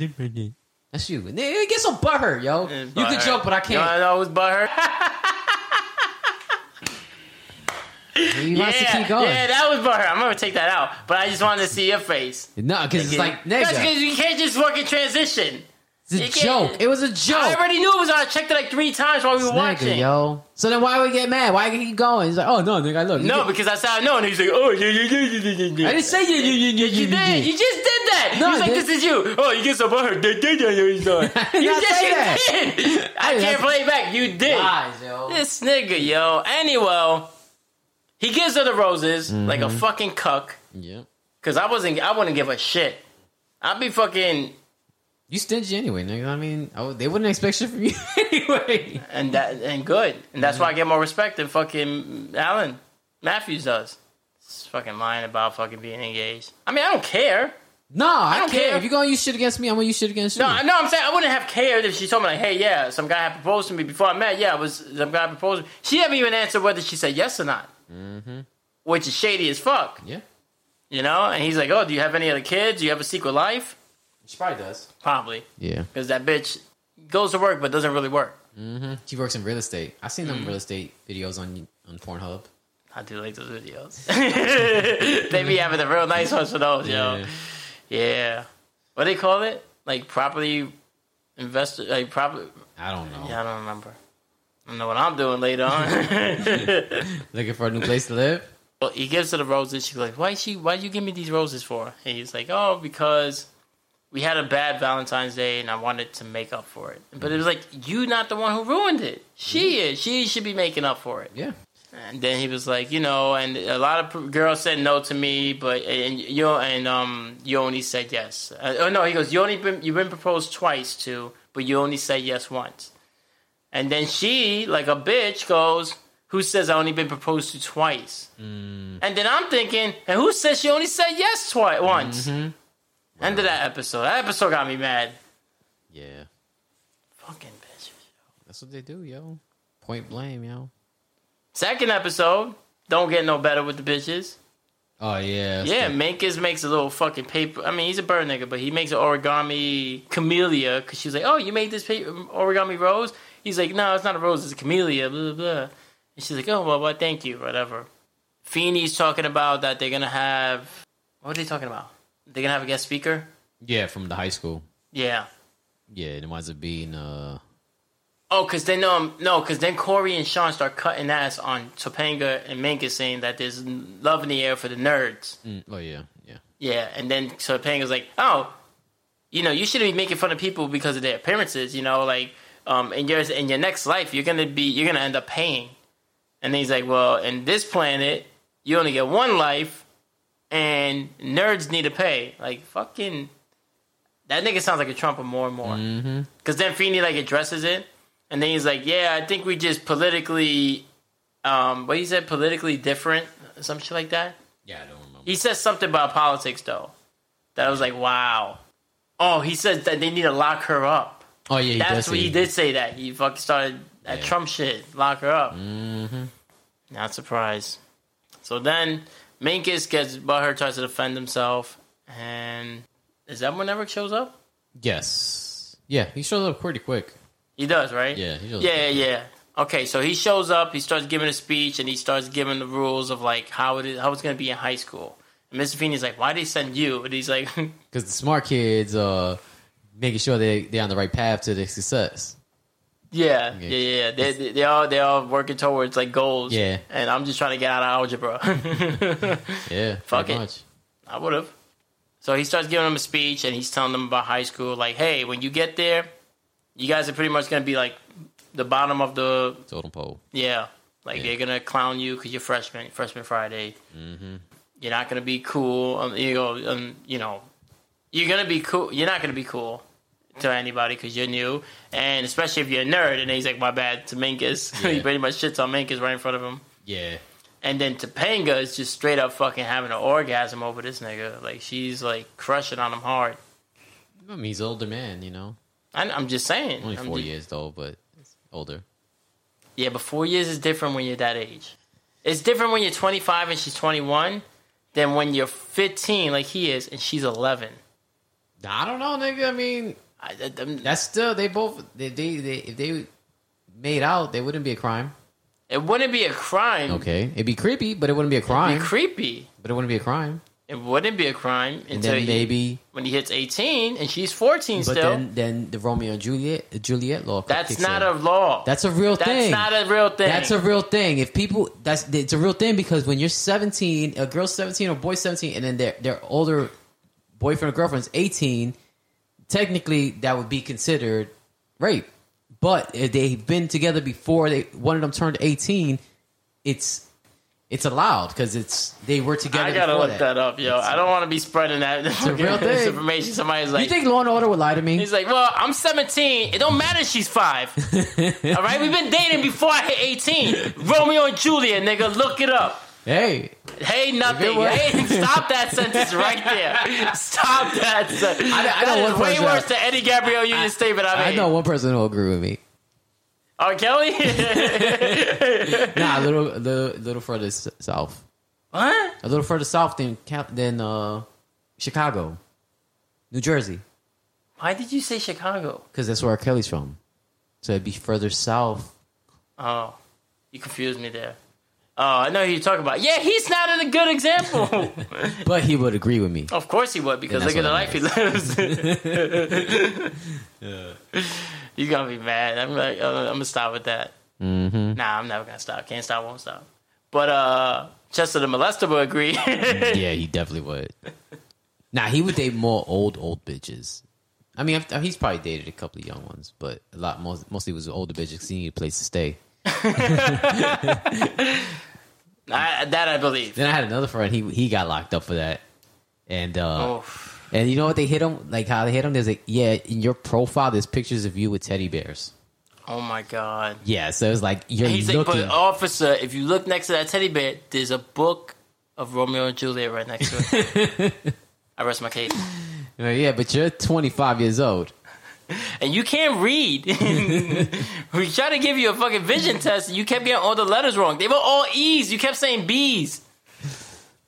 Speaker 3: That's you. Nigga, Get some butthert, yo.
Speaker 1: Yeah,
Speaker 3: you
Speaker 1: butt
Speaker 3: can
Speaker 1: hurt.
Speaker 3: joke, but I
Speaker 1: You
Speaker 3: can't.
Speaker 1: wanna know who's butthurt?
Speaker 3: He wants
Speaker 1: yeah,
Speaker 3: to keep going.
Speaker 1: yeah, that was butthurt. I'm gonna take that out, but I just wanted to see your face.
Speaker 3: No, because it's like
Speaker 1: That's
Speaker 3: nigga.
Speaker 1: 'cause you can't just fucking transition.
Speaker 3: It's a
Speaker 1: you can't-
Speaker 3: joke. It was a joke.
Speaker 1: I already knew it was on. I checked it like three times while we were
Speaker 3: Nigga,
Speaker 1: watching.
Speaker 3: yo. So then why would he get mad? Why he keep going? He's like, oh no, nigga, look. you
Speaker 1: No,
Speaker 3: get-
Speaker 1: because I said I know, and he's like, oh, yeah, yeah, yeah, yeah, yeah, yeah.
Speaker 3: I didn't say you. You, you, you, you,
Speaker 1: You did. You
Speaker 3: you.
Speaker 1: just did that.
Speaker 3: No,
Speaker 1: No, you was
Speaker 3: I
Speaker 1: like,
Speaker 3: didn't.
Speaker 1: this is you. Oh, you get some butthurt. You did.
Speaker 3: did not
Speaker 1: yes,
Speaker 3: say
Speaker 1: you
Speaker 3: that.
Speaker 1: did. I can't
Speaker 3: didn't have
Speaker 1: play back. You did.
Speaker 3: Lies, yo.
Speaker 1: This nigga, yo. Anyway, he gives her the roses like
Speaker 3: Mm-hmm.
Speaker 1: a fucking cuck.
Speaker 3: Yeah.
Speaker 1: Cause I wasn't. I wouldn't give a shit. I'd be fucking.
Speaker 3: You stingy anyway, nigga. I mean, I would- they wouldn't expect shit from you anyway.
Speaker 1: and that and good, and that's why I get more respect than fucking Alan Matthews does. He's fucking lying about fucking being engaged. I mean, I don't care.
Speaker 3: No, I, don't
Speaker 1: don't
Speaker 3: care.
Speaker 1: care.
Speaker 3: If you're gonna use shit against me, I'm gonna use shit against you.
Speaker 1: No, I- no, I'm saying I wouldn't have cared if she told me like, hey, yeah, some guy had proposed to me before I met. Yeah, it was some guy proposed. She haven't even answered whether she said yes or not, mm-hmm. which is shady as fuck.
Speaker 3: yeah,
Speaker 1: You know, and he's like, oh, do you have any other kids? Do you have a secret life?
Speaker 3: she probably does.
Speaker 1: Probably
Speaker 3: Yeah,
Speaker 1: because that bitch goes to work but doesn't really work. Mm.
Speaker 3: she works in real estate. I seen them real estate videos on on Pornhub.
Speaker 1: I do like those videos. they be having the real nice ones for those, yo. Yeah. What they call it? Like property investor like property
Speaker 3: I don't know.
Speaker 1: yeah, I don't remember. I don't know what I'm doing later on.
Speaker 3: Looking for a new place to live.
Speaker 1: well, he gives her the roses. She's like, Why she why you give me these roses for? And he's like, Oh, because we had a bad Valentine's Day and I wanted to make up for it. But it was like, you not the one who ruined it. She is. She should be making up for it.
Speaker 3: Yeah,
Speaker 1: And then he was like, you know, and a lot of pr- girls said no to me, but and you and um, you only said yes. Uh, oh no, he goes, you only been you've been proposed twice to, but you only said yes once. And then she, like a bitch, goes, who says I only been proposed to twice?
Speaker 3: Mm.
Speaker 1: And then I'm thinking, and who says she only said yes twice once? End of that episode. That episode got me mad.
Speaker 3: yeah.
Speaker 1: Fucking bitch.
Speaker 3: That's what they do, yo. Point blame, yo.
Speaker 1: Second episode, don't get no better with the bitches.
Speaker 3: Oh yeah,
Speaker 1: Yeah, Minkus makes a little fucking paper. I mean, he's a bird nigga, but he makes an origami camellia because she's like, "Oh, you made this paper, origami rose." He's like, "No, it's not a rose. It's a camellia." Blah blah. blah. And she's like, "Oh well, well, thank you, whatever." Feeney's talking about that they're gonna have. What are they talking about? They're gonna have a guest speaker.
Speaker 3: yeah. From the high school.
Speaker 1: Yeah.
Speaker 3: Yeah, it winds up being uh.
Speaker 1: Oh, cause then um no, cause then Corey and Sean start cutting ass on Topanga and Minkus saying that there's love in the air for the nerds.
Speaker 3: mm, oh yeah, yeah.
Speaker 1: Yeah, and then so Panga's like, oh, you know, you shouldn't be making fun of people because of their appearances. You know, like um, in yours in your next life, you're gonna be you're gonna end up paying. And then he's like, well, in this planet, you only get one life, and nerds need to pay. Like fucking, that nigga sounds like a Trumper more and more. Because then Feeney like addresses it, and then he's like, yeah, I think we just politically, um, what he said, politically different, some shit like that.
Speaker 3: Yeah, I don't remember.
Speaker 1: He says something about politics though. That I was like, wow. Oh, he says that they need to lock her up.
Speaker 3: Oh yeah, he
Speaker 1: That's
Speaker 3: does
Speaker 1: what
Speaker 3: say-
Speaker 1: he did say that. He fucking started that
Speaker 3: Yeah.
Speaker 1: Trump shit. Lock her up. Mm-hmm. Not surprised. So then Minkus gets butthurt, tries to defend himself, and is that when Eric shows up?
Speaker 3: Yes. Yeah, he shows up pretty quick.
Speaker 1: He does, right?
Speaker 3: Yeah, he shows
Speaker 1: yeah, yeah, yeah. Okay, so he shows up. He starts giving a speech, and he starts giving the rules of like how it is, how it's going to be in high school. And Mr. Feeney's like, "Why they send you?" And he's like,
Speaker 3: Because the smart kids are making sure they, they're on the right path to their success.
Speaker 1: "Yeah, yeah, yeah. yeah. They, they, they all they all working towards like goals.
Speaker 3: Yeah.
Speaker 1: and I'm just trying to get out of algebra.
Speaker 3: Yeah.
Speaker 1: Fuck
Speaker 3: pretty
Speaker 1: it. I would have. So he starts giving them a speech and he's telling them about high school. Like, hey, when you get there, you guys are pretty much going to be like the bottom of the
Speaker 3: Totem pole.
Speaker 1: yeah. Like
Speaker 3: Yeah.
Speaker 1: they're gonna clown you because you're freshman, freshman Friday.
Speaker 3: Mm-hmm.
Speaker 1: You're not gonna be cool. Um, you know, um, you know, you're gonna be cool. You're not gonna be cool to anybody because you're new, and especially if you're a nerd. And he's like, "My bad," to Minkus. he
Speaker 3: Yeah.
Speaker 1: pretty much shits on Minkus right in front of him.
Speaker 3: Yeah.
Speaker 1: And then Topanga is just straight up fucking having an orgasm over this nigga. Like she's like crushing on him hard.
Speaker 3: I mean, he's an older man, you know?
Speaker 1: I, I'm just saying.
Speaker 3: Only
Speaker 1: I'm
Speaker 3: four
Speaker 1: just-
Speaker 3: years, though, but it's older.
Speaker 1: Yeah, but four years is different when you're that age. It's different when you're 25 and she's 21 than when you're 15 like he is and she's 11.
Speaker 3: I don't know, nigga. I mean,
Speaker 1: I, I- I'm-
Speaker 3: that's still, they both, they, they, they if they made out, they wouldn't be a crime.
Speaker 1: it wouldn't be a crime.
Speaker 3: Okay. It'd be creepy, but it wouldn't be a
Speaker 1: It'd
Speaker 3: crime.
Speaker 1: be creepy.
Speaker 3: but it wouldn't be a crime.
Speaker 1: It wouldn't be a crime
Speaker 3: And
Speaker 1: until
Speaker 3: then
Speaker 1: he-
Speaker 3: maybe,
Speaker 1: when he hits 18 and she's 14
Speaker 3: but
Speaker 1: still.
Speaker 3: then, then the Romeo and Juliet, Juliet law.
Speaker 1: that's
Speaker 3: kicks
Speaker 1: not
Speaker 3: in.
Speaker 1: a law.
Speaker 3: That's a real
Speaker 1: That's
Speaker 3: thing.
Speaker 1: not a real thing.
Speaker 3: That's a real thing. If people, that's it's a real thing because when you're 17, a girl's 17 or boy's 17, and then their their older boyfriend or girlfriend's 18, technically that would be considered rape. But if they've been together before they one of them turned 18, it's it's allowed because it's they were together.
Speaker 1: I gotta
Speaker 3: before
Speaker 1: look that. up, yo. I don't want to be spreading that
Speaker 3: a real
Speaker 1: this
Speaker 3: thing.
Speaker 1: information. Somebody's like,
Speaker 3: You think Law and Order would lie to me?
Speaker 1: he's like, well, I'm 17. It don't matter. if She's five. All right, we've been dating before I hit 18. Romeo and Juliet, nigga, look it up.
Speaker 3: Hey,
Speaker 1: Hey, nothing.
Speaker 3: was-
Speaker 1: Hey, stop that sentence right there. Stop that. Sen-
Speaker 3: I- I
Speaker 1: That
Speaker 3: know
Speaker 1: is
Speaker 3: one
Speaker 1: way
Speaker 3: person-
Speaker 1: worse than Eddie Gabriel Union statement I
Speaker 3: I
Speaker 1: made.
Speaker 3: know one person who'll agree with me.
Speaker 1: R. Kelly.
Speaker 3: Nah, a little, a little, a little further s- south.
Speaker 1: what?
Speaker 3: a little further south than Cal- than uh, Chicago, New Jersey,
Speaker 1: Why did you say Chicago?
Speaker 3: because that's where R. Kelly's from. So it'd be further south.
Speaker 1: Oh, you confused me there. Oh, I know who you're talking about. Yeah, he's not in a good example.
Speaker 3: But he would agree with me.
Speaker 1: Of course he would, because
Speaker 3: Then
Speaker 1: look at the life
Speaker 3: that's
Speaker 1: he lives. He's gonna be mad. I'm like, uh, I'm gonna stop with that. Mm-hmm. Nah, I'm never gonna stop. Can't stop, won't stop. But uh, Chester the molester will agree.
Speaker 3: yeah, he definitely would. Nah, he would date more old old bitches. I mean, I've, he's probably dated a couple of young ones, but a lot most, mostly was older bitches. 'cause He needed a place to stay.
Speaker 1: I, that I believe.
Speaker 3: Then I had another friend. He he got locked up for that, and uh,
Speaker 1: Oh,
Speaker 3: and you know what they hit him? Like how they hit him? There's like, yeah, in your profile, there's pictures of you with teddy bears.
Speaker 1: oh my god.
Speaker 3: Yeah, so it's like you're
Speaker 1: He's like,
Speaker 3: looking.
Speaker 1: but officer, if you look next to that teddy bear, there's a book of Romeo and Juliet right next to it. I rest my case.
Speaker 3: You're like, yeah, but you're 25 years old.
Speaker 1: and you can't read. we try to give you a fucking vision test, and you kept getting all the letters wrong. They were all E's. You kept saying B's.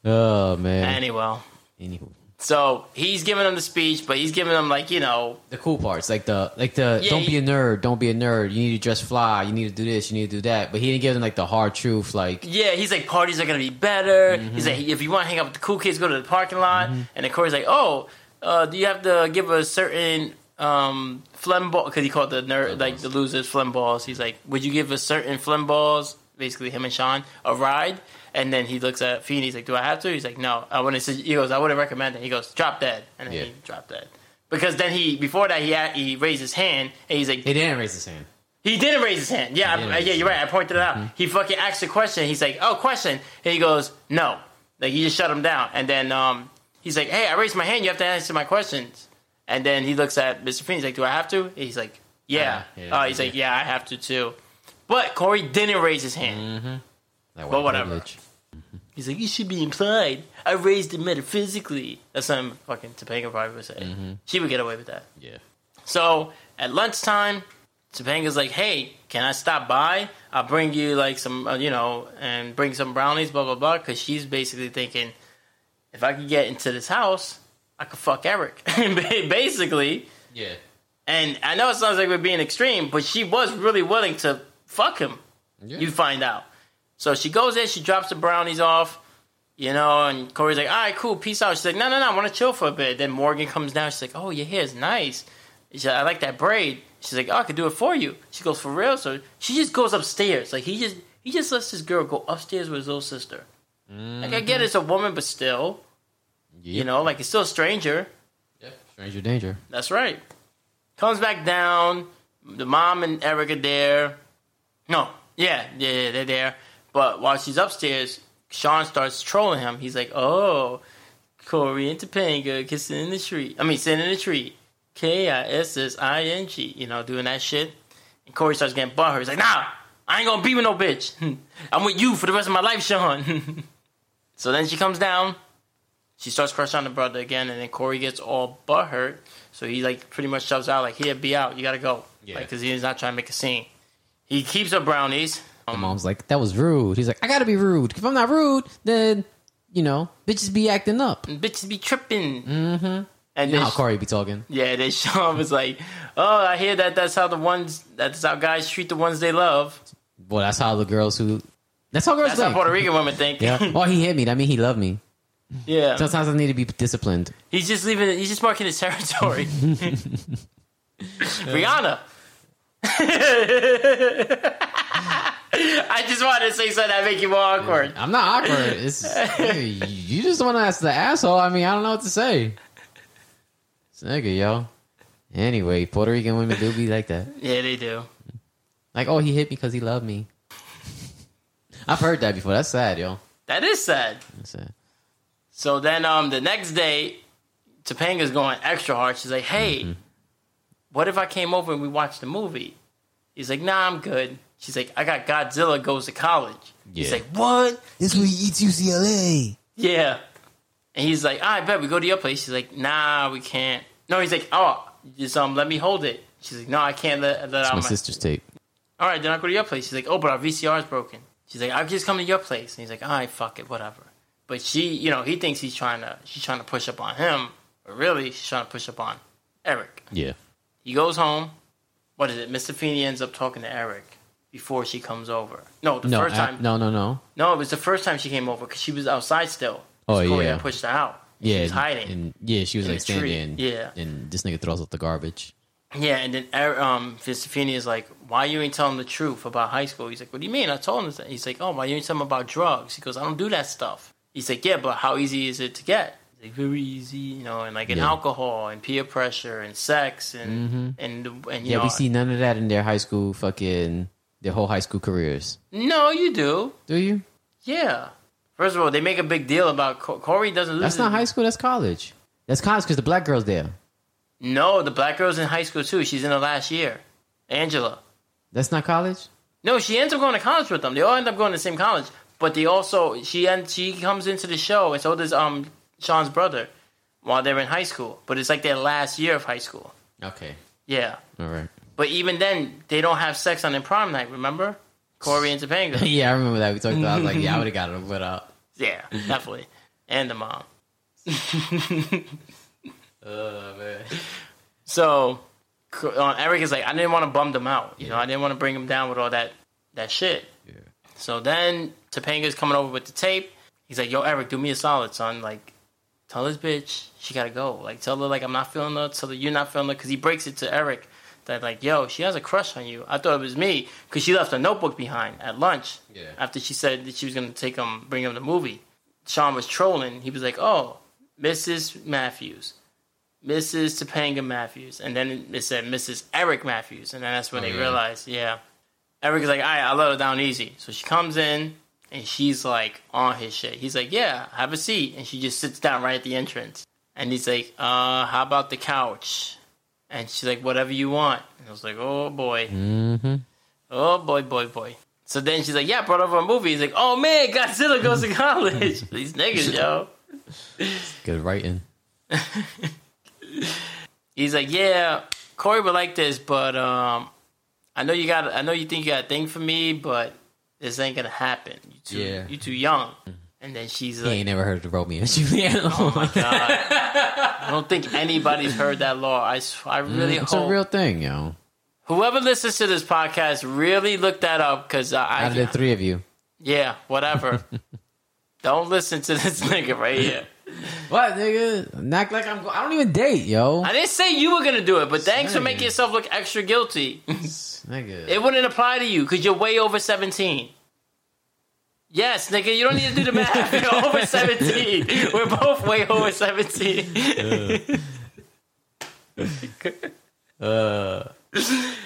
Speaker 3: Oh man.
Speaker 1: Anyway,
Speaker 3: Anywho,
Speaker 1: so he's giving them the speech, but he's giving them like you know,
Speaker 3: the cool parts, like the like the
Speaker 1: Yeah,
Speaker 3: don't be
Speaker 1: you-
Speaker 3: a nerd, don't be a nerd. You need to dress fly. You need to do this. You need to do that. But he didn't give them like the hard truth. Like
Speaker 1: yeah. He's like parties are gonna be better. He's like if you want to hang out with the cool kids, go to the parking lot. And then Corey's like, oh, uh, do you have to give a certain um phlegm ball? Because he called the nerd like the losers phlegm balls. He's like, would you give a certain phlegm balls? Basically, him and Sean a ride. And then he looks at Feeney. He's like, "Do I have to?" He's like, "No." I wouldn't. sug- He goes, "I wouldn't recommend it." He goes, "Drop that," and then
Speaker 3: Yeah.
Speaker 1: he dropped that because then he before that he had, he raised his hand and he's like,
Speaker 3: he didn't raise his hand.
Speaker 1: he didn't raise his hand. Yeah,
Speaker 3: didn't
Speaker 1: I,
Speaker 3: raise
Speaker 1: yeah,
Speaker 3: his Mm-hmm.
Speaker 1: you're right. I pointed it out. He fucking asked a question. He's like, "Oh, question," and he goes, "No." Like he just shut him down. And then um, he's like, "Hey, I raised my hand. You have to answer my questions." And then he looks at Mr. Feeney. He's like, "Do I have to?" He's like, "Yeah."
Speaker 3: Uh,
Speaker 1: Uh,
Speaker 3: yeah,
Speaker 1: he's like, "Yeah, I have to too." But Corey didn't raise his hand.
Speaker 3: Mm-hmm.
Speaker 1: But
Speaker 3: Like, white
Speaker 1: whatever.
Speaker 3: privilege.
Speaker 1: He's like, "You should be implied. I raised it metaphysically." That's something fucking Topanga probably would say.
Speaker 3: Mm-hmm.
Speaker 1: She would get away with that.
Speaker 3: Yeah.
Speaker 1: So at lunchtime, Topanga's like, "Hey, can I stop by? I'll bring you like some, uh, you know, and bring some brownies, blah blah blah." Because she's basically thinking, if I could get into this house, I could fuck Eric, Ba- basically.
Speaker 3: Yeah.
Speaker 1: And I know it sounds like we're being extreme, but she was really willing to fuck him. You find out. So she goes in, she drops the brownies off, you know, and Corey's like, all right, cool, peace out. She's like, no, no, no, I want to chill for a bit. Then Morgan comes down, she's like, oh, your hair's nice. She's like, I like that braid. She's like, oh, I could do it for you. She goes, for real? So she just goes upstairs. Like, he just he just lets this girl go upstairs with his little sister. Like, I get it's a woman, but still, you know, like, it's still a stranger.
Speaker 5: Stranger danger.
Speaker 1: That's right. Comes back down. The mom and Eric are there. No, yeah, yeah, yeah, they're there. But while she's upstairs, Sean starts trolling him. He's like, "Oh, Corey and Topanga kissing in the tree. I mean, sitting in the tree. K i s s i n g. You know, doing that shit." And Corey starts getting butthurt. He's like, "Nah, I ain't gonna be with no bitch. I'm with you for the rest of my life, Sean." so then she comes down. She starts crushing on the brother again, and then Corey gets all butthurt. So he like pretty much shoves out like, "Here, be out. You gotta go." Yeah. Because he's not trying to make a scene. He keeps her brownies.
Speaker 5: My mom's like, that was rude. He's like, I gotta be rude. If I'm not rude, then you know, bitches be acting up. You
Speaker 1: And bitches be tripping. Mm-hmm. And
Speaker 5: know
Speaker 1: then,
Speaker 5: how Corey be talking.
Speaker 1: yeah, then Sean was like, "Oh, I hear that. That's how the ones. That's how guys treat the ones they love.
Speaker 5: Boy, that's how the girls who. That's how girls
Speaker 1: That's how
Speaker 5: think.
Speaker 1: Puerto Rican women think.
Speaker 5: yeah. Oh, he hit me. That mean he loved me.
Speaker 1: yeah.
Speaker 5: Sometimes I need to be disciplined.
Speaker 1: He's just leaving. He's just marking his territory. Rihanna. I just wanted to say something that make you more awkward.
Speaker 5: I'm not awkward. It's hey, you just want to ask the asshole. I mean, I don't know what to say. It's nigga, yo. Anyway, Puerto Rican women do be like that.
Speaker 1: Yeah, they do.
Speaker 5: Like, oh, he hit me because he loved me. I've heard that before. That's sad, yo.
Speaker 1: That is sad.
Speaker 5: That's sad.
Speaker 1: So then um the next day, Topanga's going extra hard. She's like, Hey,
Speaker 5: Mm-hmm.
Speaker 1: what if I came over and we watched a movie? He's like, Nah, I'm good. She's like, I got Godzilla goes to college. He's
Speaker 5: Yeah.
Speaker 1: like, What?
Speaker 2: This will eat UCLA.
Speaker 1: Yeah. And he's like, I bet we go to your place. She's like, Nah, we can't. No, he's like, Oh, just um let me hold it. She's like, No, I can't let let out
Speaker 5: My
Speaker 1: my,
Speaker 5: sister's tape.
Speaker 1: all right, then I'll go to your place. She's like, oh, but our VCR is broken. She's like, I'll just come to your place. And he's like, all right, fuck it, whatever. But she, you know, he thinks he's trying to, she's trying to push up on him, but really she's trying to push up on Eric.
Speaker 5: Yeah.
Speaker 1: He goes home. What is it? Mr. Feeney ends up talking to Eric before she comes over. No, the
Speaker 5: No,
Speaker 1: first
Speaker 5: I-
Speaker 1: time. no.
Speaker 5: no, no, no.
Speaker 1: it was the first time she came over because she was outside still.
Speaker 5: Oh,
Speaker 1: His coworker
Speaker 5: yeah.
Speaker 1: pushed her out.
Speaker 5: Yeah,
Speaker 1: she was
Speaker 5: and-
Speaker 1: hiding.
Speaker 5: And yeah, she was
Speaker 1: in
Speaker 5: like
Speaker 1: a tree.
Speaker 5: standing. And,
Speaker 1: Yeah.
Speaker 5: and this nigga throws out the garbage.
Speaker 1: Yeah, and then Er- um, Vistafini is like, "Why you ain't telling the truth about high school?" He's like, "What do you mean? I told him." That. He's like, "Oh, why you ain't telling him about drugs?" He goes, "I don't do that stuff." He's like, "Yeah, but how easy is it to get?" He's like, "Very easy, you know, and like in
Speaker 5: Yeah. Mm-hmm.
Speaker 1: alcohol and peer pressure and sex and and and you
Speaker 5: Yeah,
Speaker 1: know,
Speaker 5: we see none of that in their high school fucking their whole high school careers.
Speaker 1: no, you do,
Speaker 5: Do you?
Speaker 1: yeah." First of all, they make a big deal about Co- Corey doesn't lose.
Speaker 5: That's not
Speaker 1: his-
Speaker 5: high school. That's college. That's college because the black girl's there.
Speaker 1: No, the black girl's in high school too. She's in the last year, Angela.
Speaker 5: That's not college.
Speaker 1: No, she ends up going to college with them. They all end up going to the same college, but they also she and she comes into the show, and so does um Sean's brother while they're in high school. But it's like their last year of high school.
Speaker 5: Okay.
Speaker 1: Yeah,
Speaker 5: All right.
Speaker 1: but even then, they don't have sex on their prom night. Remember, Corey and Topanga.
Speaker 5: yeah, I remember that we talked about. I was like, yeah, I would have got it, but uh,
Speaker 1: yeah, definitely, and the mom. So c- uh, Eric is like, I didn't want to bum them out. You know, I didn't want to bring them down with all that that shit. So then Topanga's coming over with the tape. He's like, Yo, Eric, do me a solid, son. Like, tell this bitch she gotta go. Like, tell her like I'm not feeling her. Tell her you're not feeling her because he breaks it to Eric that like, Yo, she has a crush on you. I thought it was me because she left a notebook behind at lunch.
Speaker 5: Yeah.
Speaker 1: After she said that she was gonna take him, bring him to the movie. Sean was trolling. He was like, Oh, Mrs. Matthews. Mrs. Topanga Matthews, and then it said Mrs. Eric Matthews, and then that's when they realized, yeah. Eric is like, all right, I'll let her down easy. So she comes in, and she's like on his shit. He's like, yeah, have a seat, and she just sits down right at the entrance. And he's like, uh, how about the couch? And she's like, whatever you want. And I was like, oh boy,
Speaker 3: Mm.
Speaker 1: mm-hmm. oh boy, boy, boy. So then she's like, yeah, I brought over a movie. He's like, oh man, Godzilla goes to college. These niggas, yo.
Speaker 5: good writing.
Speaker 1: he's like, yeah, Corey would like this, but um, I know you got, I know you think you got a thing for me, but this ain't gonna happen. You too,
Speaker 5: Yeah.
Speaker 1: you too young. And then she's
Speaker 3: Mm-hmm. He
Speaker 1: like,
Speaker 3: ain't never heard of the Romeo and Juliet.
Speaker 1: Oh, I don't think anybody's heard that law. I, sw- I really
Speaker 3: Mm-hmm.
Speaker 1: Oh.
Speaker 3: it's
Speaker 1: hope
Speaker 3: a real thing, yo.
Speaker 1: whoever listens to this podcast really look that up because I,
Speaker 3: Out of the
Speaker 1: I
Speaker 3: three of you,
Speaker 1: yeah whatever. don't listen to this nigga right here.
Speaker 3: what nigga? Not like I'm. Go- I don't even date, yo.
Speaker 1: I didn't say you were gonna do it, but thanks for
Speaker 3: Same.
Speaker 1: making yourself look extra guilty.
Speaker 3: nigga.
Speaker 1: It wouldn't apply to you because you're way over 17. Yes, nigga, you don't need to do the math. You're over 17. We're both way over 17.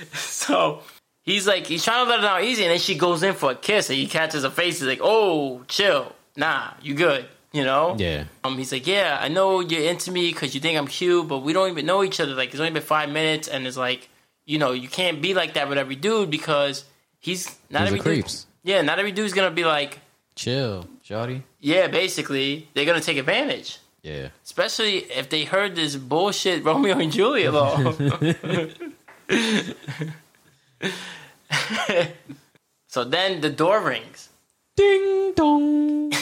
Speaker 1: so he's like, he's trying to let it out easy, and then she goes in for a kiss, and he catches her face. He's like, oh, chill. Nah, you good. You know?
Speaker 3: yeah.
Speaker 1: Um, he's like, yeah, I know you're into me because you think I'm cute, but we don't even know each other. Like, it's only been five minutes, and it's like, you know, you can't be like that with every dude because he's not
Speaker 3: These
Speaker 1: every
Speaker 3: are
Speaker 1: Dude,
Speaker 3: creeps.
Speaker 1: yeah, not every dude's gonna be like,
Speaker 3: Chill, Shawty.
Speaker 1: yeah. Basically, they're gonna take advantage,
Speaker 3: Yeah.
Speaker 1: especially if they heard this bullshit Romeo and Juliet law. so then the door rings.
Speaker 3: Ding dong.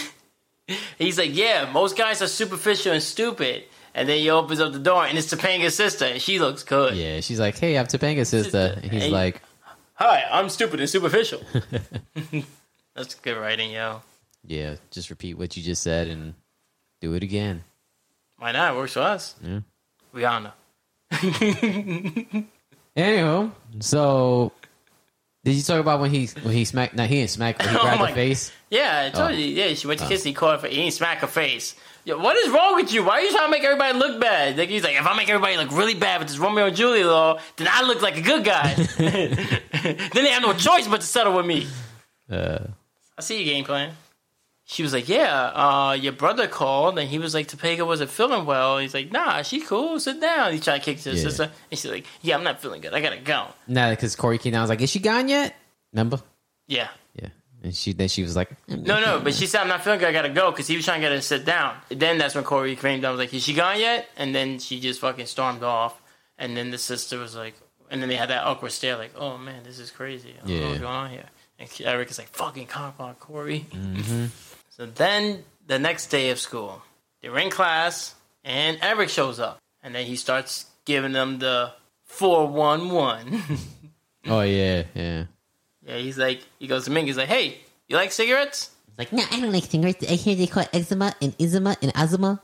Speaker 1: He's like, yeah, most guys are superficial and stupid. And then he opens up the door, and it's Topanga's sister, and she looks good.
Speaker 3: Yeah, she's like, "Hey, I'm Topanga's sister," and he's
Speaker 1: Hey.
Speaker 3: like,
Speaker 1: Hi, I'm stupid and superficial. That's good writing, yo.
Speaker 3: "Yeah, just repeat what you just said and do it again."
Speaker 1: Why not? It works for us.
Speaker 3: Yeah.
Speaker 1: Rihanna.
Speaker 3: Anywho, so did you talk about when he when he smacked? Now he didn't smack. But he
Speaker 1: Oh
Speaker 3: grabbed
Speaker 1: my-
Speaker 3: the face.
Speaker 1: Yeah, I told
Speaker 3: Oh.
Speaker 1: you. Yeah, she went to kiss. and He caught her. For, he ain't smack her face. Yo, what is wrong with you? Why are you trying to make everybody look bad? Like he's like, if I make everybody look really bad with this Romeo and Juliet law, then I look like a good guy. then they have no choice but to settle with me.
Speaker 3: Uh,
Speaker 1: I see your game plan. She was like, Yeah, uh, your brother called and he was like, Topeka wasn't feeling well. He's like, Nah, she cool, sit down. He tried to kick his
Speaker 3: Yeah.
Speaker 1: sister and she's like, Yeah, I'm not feeling good. I gotta go.
Speaker 3: now because Corey Keenan was like, "Is she gone yet?" Remember?
Speaker 1: Yeah.
Speaker 3: Yeah, and she then she was like,
Speaker 1: No, no, but she said, I'm not feeling good. I gotta go because he was trying to get her to sit down. Then that's when Corey came down, was like, Is she gone yet? And then she just fucking stormed off. And then the sister was like, And then they had that awkward stare, like, Oh man, this is crazy. I don't know
Speaker 3: Yeah.
Speaker 1: what's going on here. And Eric is like, Fucking calm on, Corey. so then the next day of school, they're in class, and Eric shows up. And then he starts giving them the 411.
Speaker 3: "Oh yeah, yeah."
Speaker 1: yeah, he's like, He goes to Ming, he's like, Hey, you like cigarettes?
Speaker 6: Like, no, I don't like cigarettes. I hear they call it eczema and isma and asthma.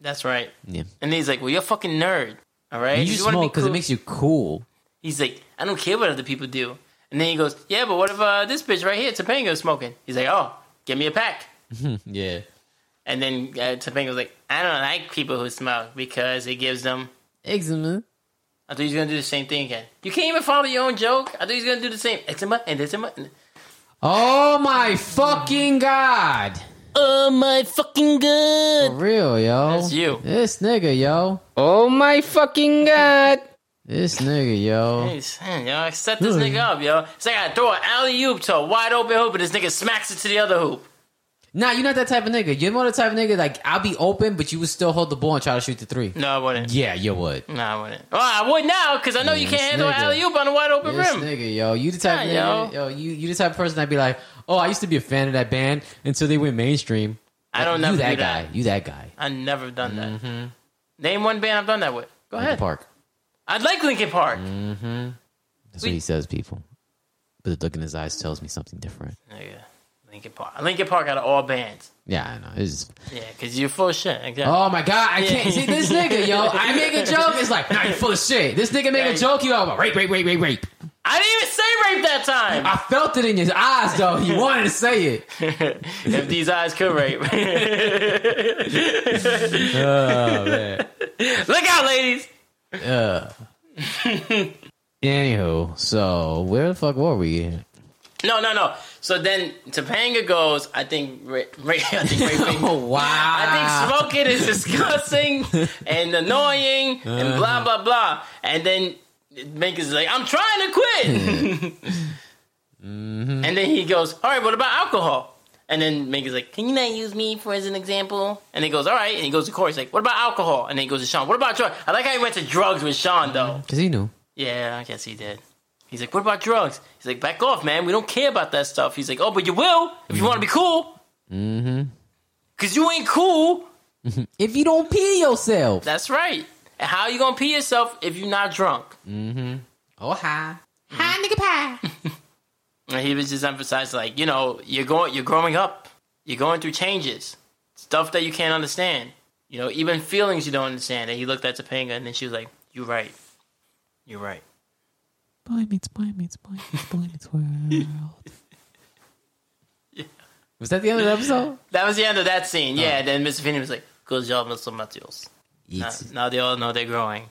Speaker 1: That's right.
Speaker 3: Yeah.
Speaker 1: And he's like, "Well, you're a fucking nerd, all right?
Speaker 3: you,
Speaker 1: wanna be
Speaker 3: smoke because
Speaker 1: cool."
Speaker 3: it makes you cool.
Speaker 1: He's like, "I don't care what other people do." And then he goes, "Yeah, but what if uh, this bitch right here, Topanga's smoking?" He's like, "Oh, give me a pack."
Speaker 3: Yeah,
Speaker 1: And then uh, Topanga's like, "I don't like people who smoke because it gives them."
Speaker 6: Eczema.
Speaker 1: I thought he was gonna do the same thing again. You can't even follow your own joke. I thought he was gonna do the same eczema and eczema. and-
Speaker 3: Oh my fucking god!
Speaker 1: Oh my fucking
Speaker 3: For
Speaker 1: god!
Speaker 3: real, yo.
Speaker 1: That's you.
Speaker 3: This nigga, yo.
Speaker 7: Oh my fucking god!
Speaker 3: This nigga, yo.
Speaker 1: Hey, son, yo, set this nigga up, yo. It's like I throw an alley oop to a wide open hoop, and this nigga smacks it to the other hoop.
Speaker 3: Nah, you're not that type of nigga. You're more the type of nigga like I'll be open, but you would still hold the ball and try to shoot the three.
Speaker 1: No, I wouldn't.
Speaker 3: Yeah, you would.
Speaker 1: No, I wouldn't. Well, I would now because I know you
Speaker 3: Yes,
Speaker 1: can't handle an
Speaker 3: nigga.
Speaker 1: alley oop on a wide open
Speaker 3: This
Speaker 1: rim.
Speaker 3: nigga, yo. You the type of
Speaker 1: Yeah,
Speaker 3: nigga, yo. You you the type of person that'd be like, oh, I used to be a fan of that band until they went mainstream.
Speaker 1: I don't
Speaker 3: you
Speaker 1: never
Speaker 3: that
Speaker 1: do that.
Speaker 3: guy. You that guy.
Speaker 1: I never done that. Name one band I've done that with. Go
Speaker 3: Mm-hmm. Linkin
Speaker 1: ahead.
Speaker 3: Park. Mm-hmm.
Speaker 1: I like Linkin Park.
Speaker 3: That's
Speaker 1: We-
Speaker 3: what he says, people. But the look in his eyes tells me something different.
Speaker 1: Nigga, Linkin Park. Linkin Park out of all bands.
Speaker 3: Yeah, I know. It's just-
Speaker 1: Yeah, because you're full of shit. Exactly.
Speaker 3: Oh my god, I can't see this nigga, yo. I make a joke, it's like, nah, you full of shit. This nigga make a joke, you all about rape, rape, rape, rape, rape.
Speaker 1: I didn't even say rape that time.
Speaker 3: I felt it in his eyes, though. He wanted to say it.
Speaker 1: if these eyes could rape.
Speaker 3: Oh man.
Speaker 1: Look out, ladies.
Speaker 3: Anywho, so where the fuck were we?
Speaker 1: No, no, no. So then Topanga goes, I think, ra- ra- I think raping.
Speaker 3: Oh wow.
Speaker 1: I think smoking is disgusting and annoying and blah blah blah. And then Mink is like, I'm trying to quit. And then he goes, All right, what about alcohol? And then Mink is like, Can you not use me for as an example? And he goes, All right. And he goes to Corey. He's like, What about alcohol? And then he goes to Sean. What about drugs? I like how he went to drugs with Sean though.
Speaker 3: Cause he knew.
Speaker 1: Yeah, I guess he did. He's like, What about drugs? He's like, Back off, man. We don't care about that stuff. He's like, Oh, but you will if you want to be cool. Cause you ain't cool.
Speaker 3: If you don't pee yourself.
Speaker 1: That's right. And how you gonna pee yourself if you're not drunk?
Speaker 3: Oh, hi.
Speaker 1: And he was just emphasizing, like, you know, you're going, you're growing up, you're going through changes, stuff that you can't understand, you know, even feelings you don't understand. And he looked at Topanga, and then she was like, "You're right, you're right."
Speaker 2: Boy meets boy meets boy meets boy meets world.
Speaker 3: Was that the end of the episode?
Speaker 1: That was the end of that scene. Yeah. Then Mr. Finney was like, "Good job, Mr. Matthews." Now,
Speaker 3: It's,
Speaker 1: now they all know they're growing,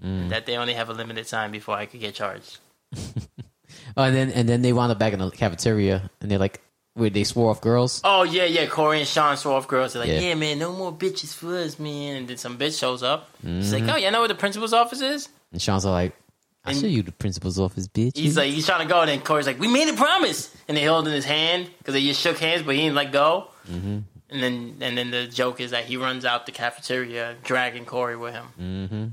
Speaker 1: and that they only have a limited time before I could get charged.
Speaker 3: oh, and then and then they wound up back in the cafeteria, and they're like, where they swore off girls.
Speaker 1: Oh yeah, yeah. Corey and Sean swore off girls. They're like,
Speaker 3: Yeah.
Speaker 1: yeah. man, no more bitches for us, man." And then some bitch shows up. She's
Speaker 3: Mm-hmm.
Speaker 1: like, "Oh, yeah, I know where the principal's office is."
Speaker 3: And Sean's all like, I
Speaker 1: And-
Speaker 3: show you the principal's office, bitch.
Speaker 1: He's like, he's trying to go, and then Corey's like, "We made a promise," and they holding his hand because they just shook hands, but he didn't let go.
Speaker 3: Mm-hmm.
Speaker 1: And then, and then the joke is that he runs out the cafeteria, dragging Corey with him.
Speaker 3: mm-hmm.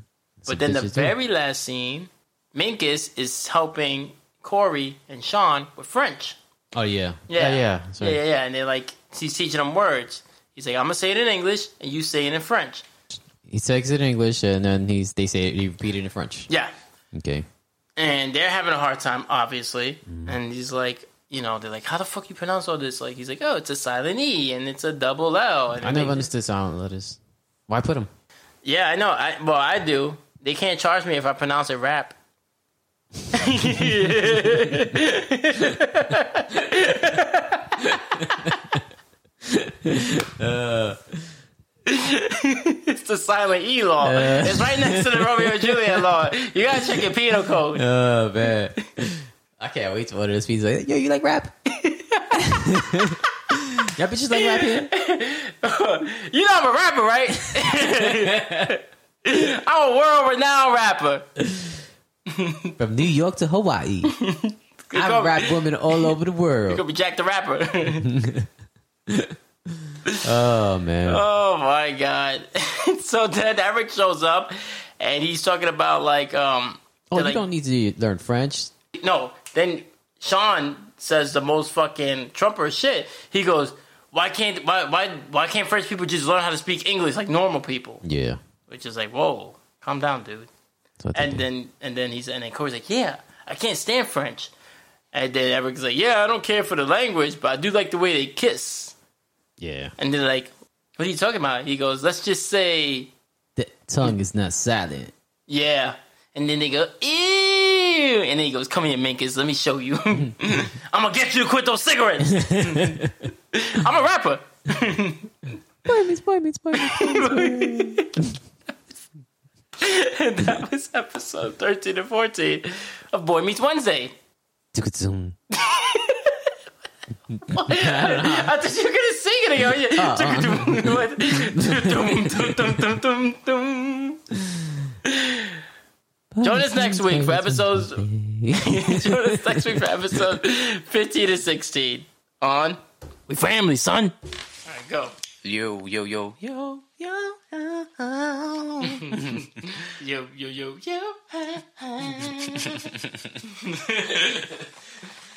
Speaker 1: but then the
Speaker 3: bitches, too.
Speaker 1: very last scene, Minkus is helping Corey and Sean with French.
Speaker 3: Oh yeah,
Speaker 1: Yeah,
Speaker 3: yeah, yeah. Sorry.
Speaker 1: yeah, yeah. And they're like, he's teaching them words. He's like, "I'm gonna say it in English, and you say it in French."
Speaker 3: He says it in English, and then he's they say it, he repeated it in French.
Speaker 1: Yeah,
Speaker 3: Okay.
Speaker 1: and they're having a hard time, obviously. And he's like, you know, they're like, how the fuck you pronounce all this? Like, he's like, oh, it's a silent E and it's a double L. And
Speaker 3: I
Speaker 1: it
Speaker 3: never
Speaker 1: makes-
Speaker 3: understood silent letters. Why put them?
Speaker 1: Yeah, I know. I well, I do. They can't charge me if I pronounce it rap. it's the silent E law.
Speaker 3: Uh.
Speaker 1: It's right next to the Romeo and Juliet law. You gotta check your penal code.
Speaker 3: Oh man, I can't wait to order this pizza. Like, Yo, you like rap? Y'all bitches like rap here?
Speaker 1: You know I'm a rapper, right? I'm a world renowned rapper.
Speaker 3: From New York to Hawaii, I
Speaker 1: call-
Speaker 3: rap women all over the world.
Speaker 1: Could be Jack the Rapper.
Speaker 3: Oh man,
Speaker 1: oh my god. so then Eric shows up and he's talking about like um
Speaker 3: oh
Speaker 1: they're like,
Speaker 3: you don't need to learn French.
Speaker 1: no, then Sean says the most fucking Trumper shit. He goes, Why can't why why why can't French people just learn how to speak English like normal people?
Speaker 3: Yeah,
Speaker 1: Which is like, Whoa, calm down, dude.
Speaker 3: That's what they
Speaker 1: And
Speaker 3: do.
Speaker 1: then and then he's and then Corey's like, yeah, I can't stand French. And then Eric's like, yeah, I don't care for the language, but I do like the way they kiss.
Speaker 3: yeah,
Speaker 1: And they're like, what are you talking about? He goes, let's just say,
Speaker 3: the tongue is not silent.
Speaker 1: yeah. And then they go, ew. And then he goes, come here, Minkus, let me show you. I'm gonna get you to quit those cigarettes. I'm a rapper.
Speaker 2: Boy meets boy meets boy meets boy.
Speaker 1: and that was episode 13 and 14 of Boy Meets Wednesday.
Speaker 3: Zoom.
Speaker 1: I thought you were gonna sing it again. Join us next week for episodes. Join us next week for episode fifteen to sixteen on We Family, son. All right, go.
Speaker 8: Yo, yo, yo, yo, yo.
Speaker 1: Yo, yo, yo, yo.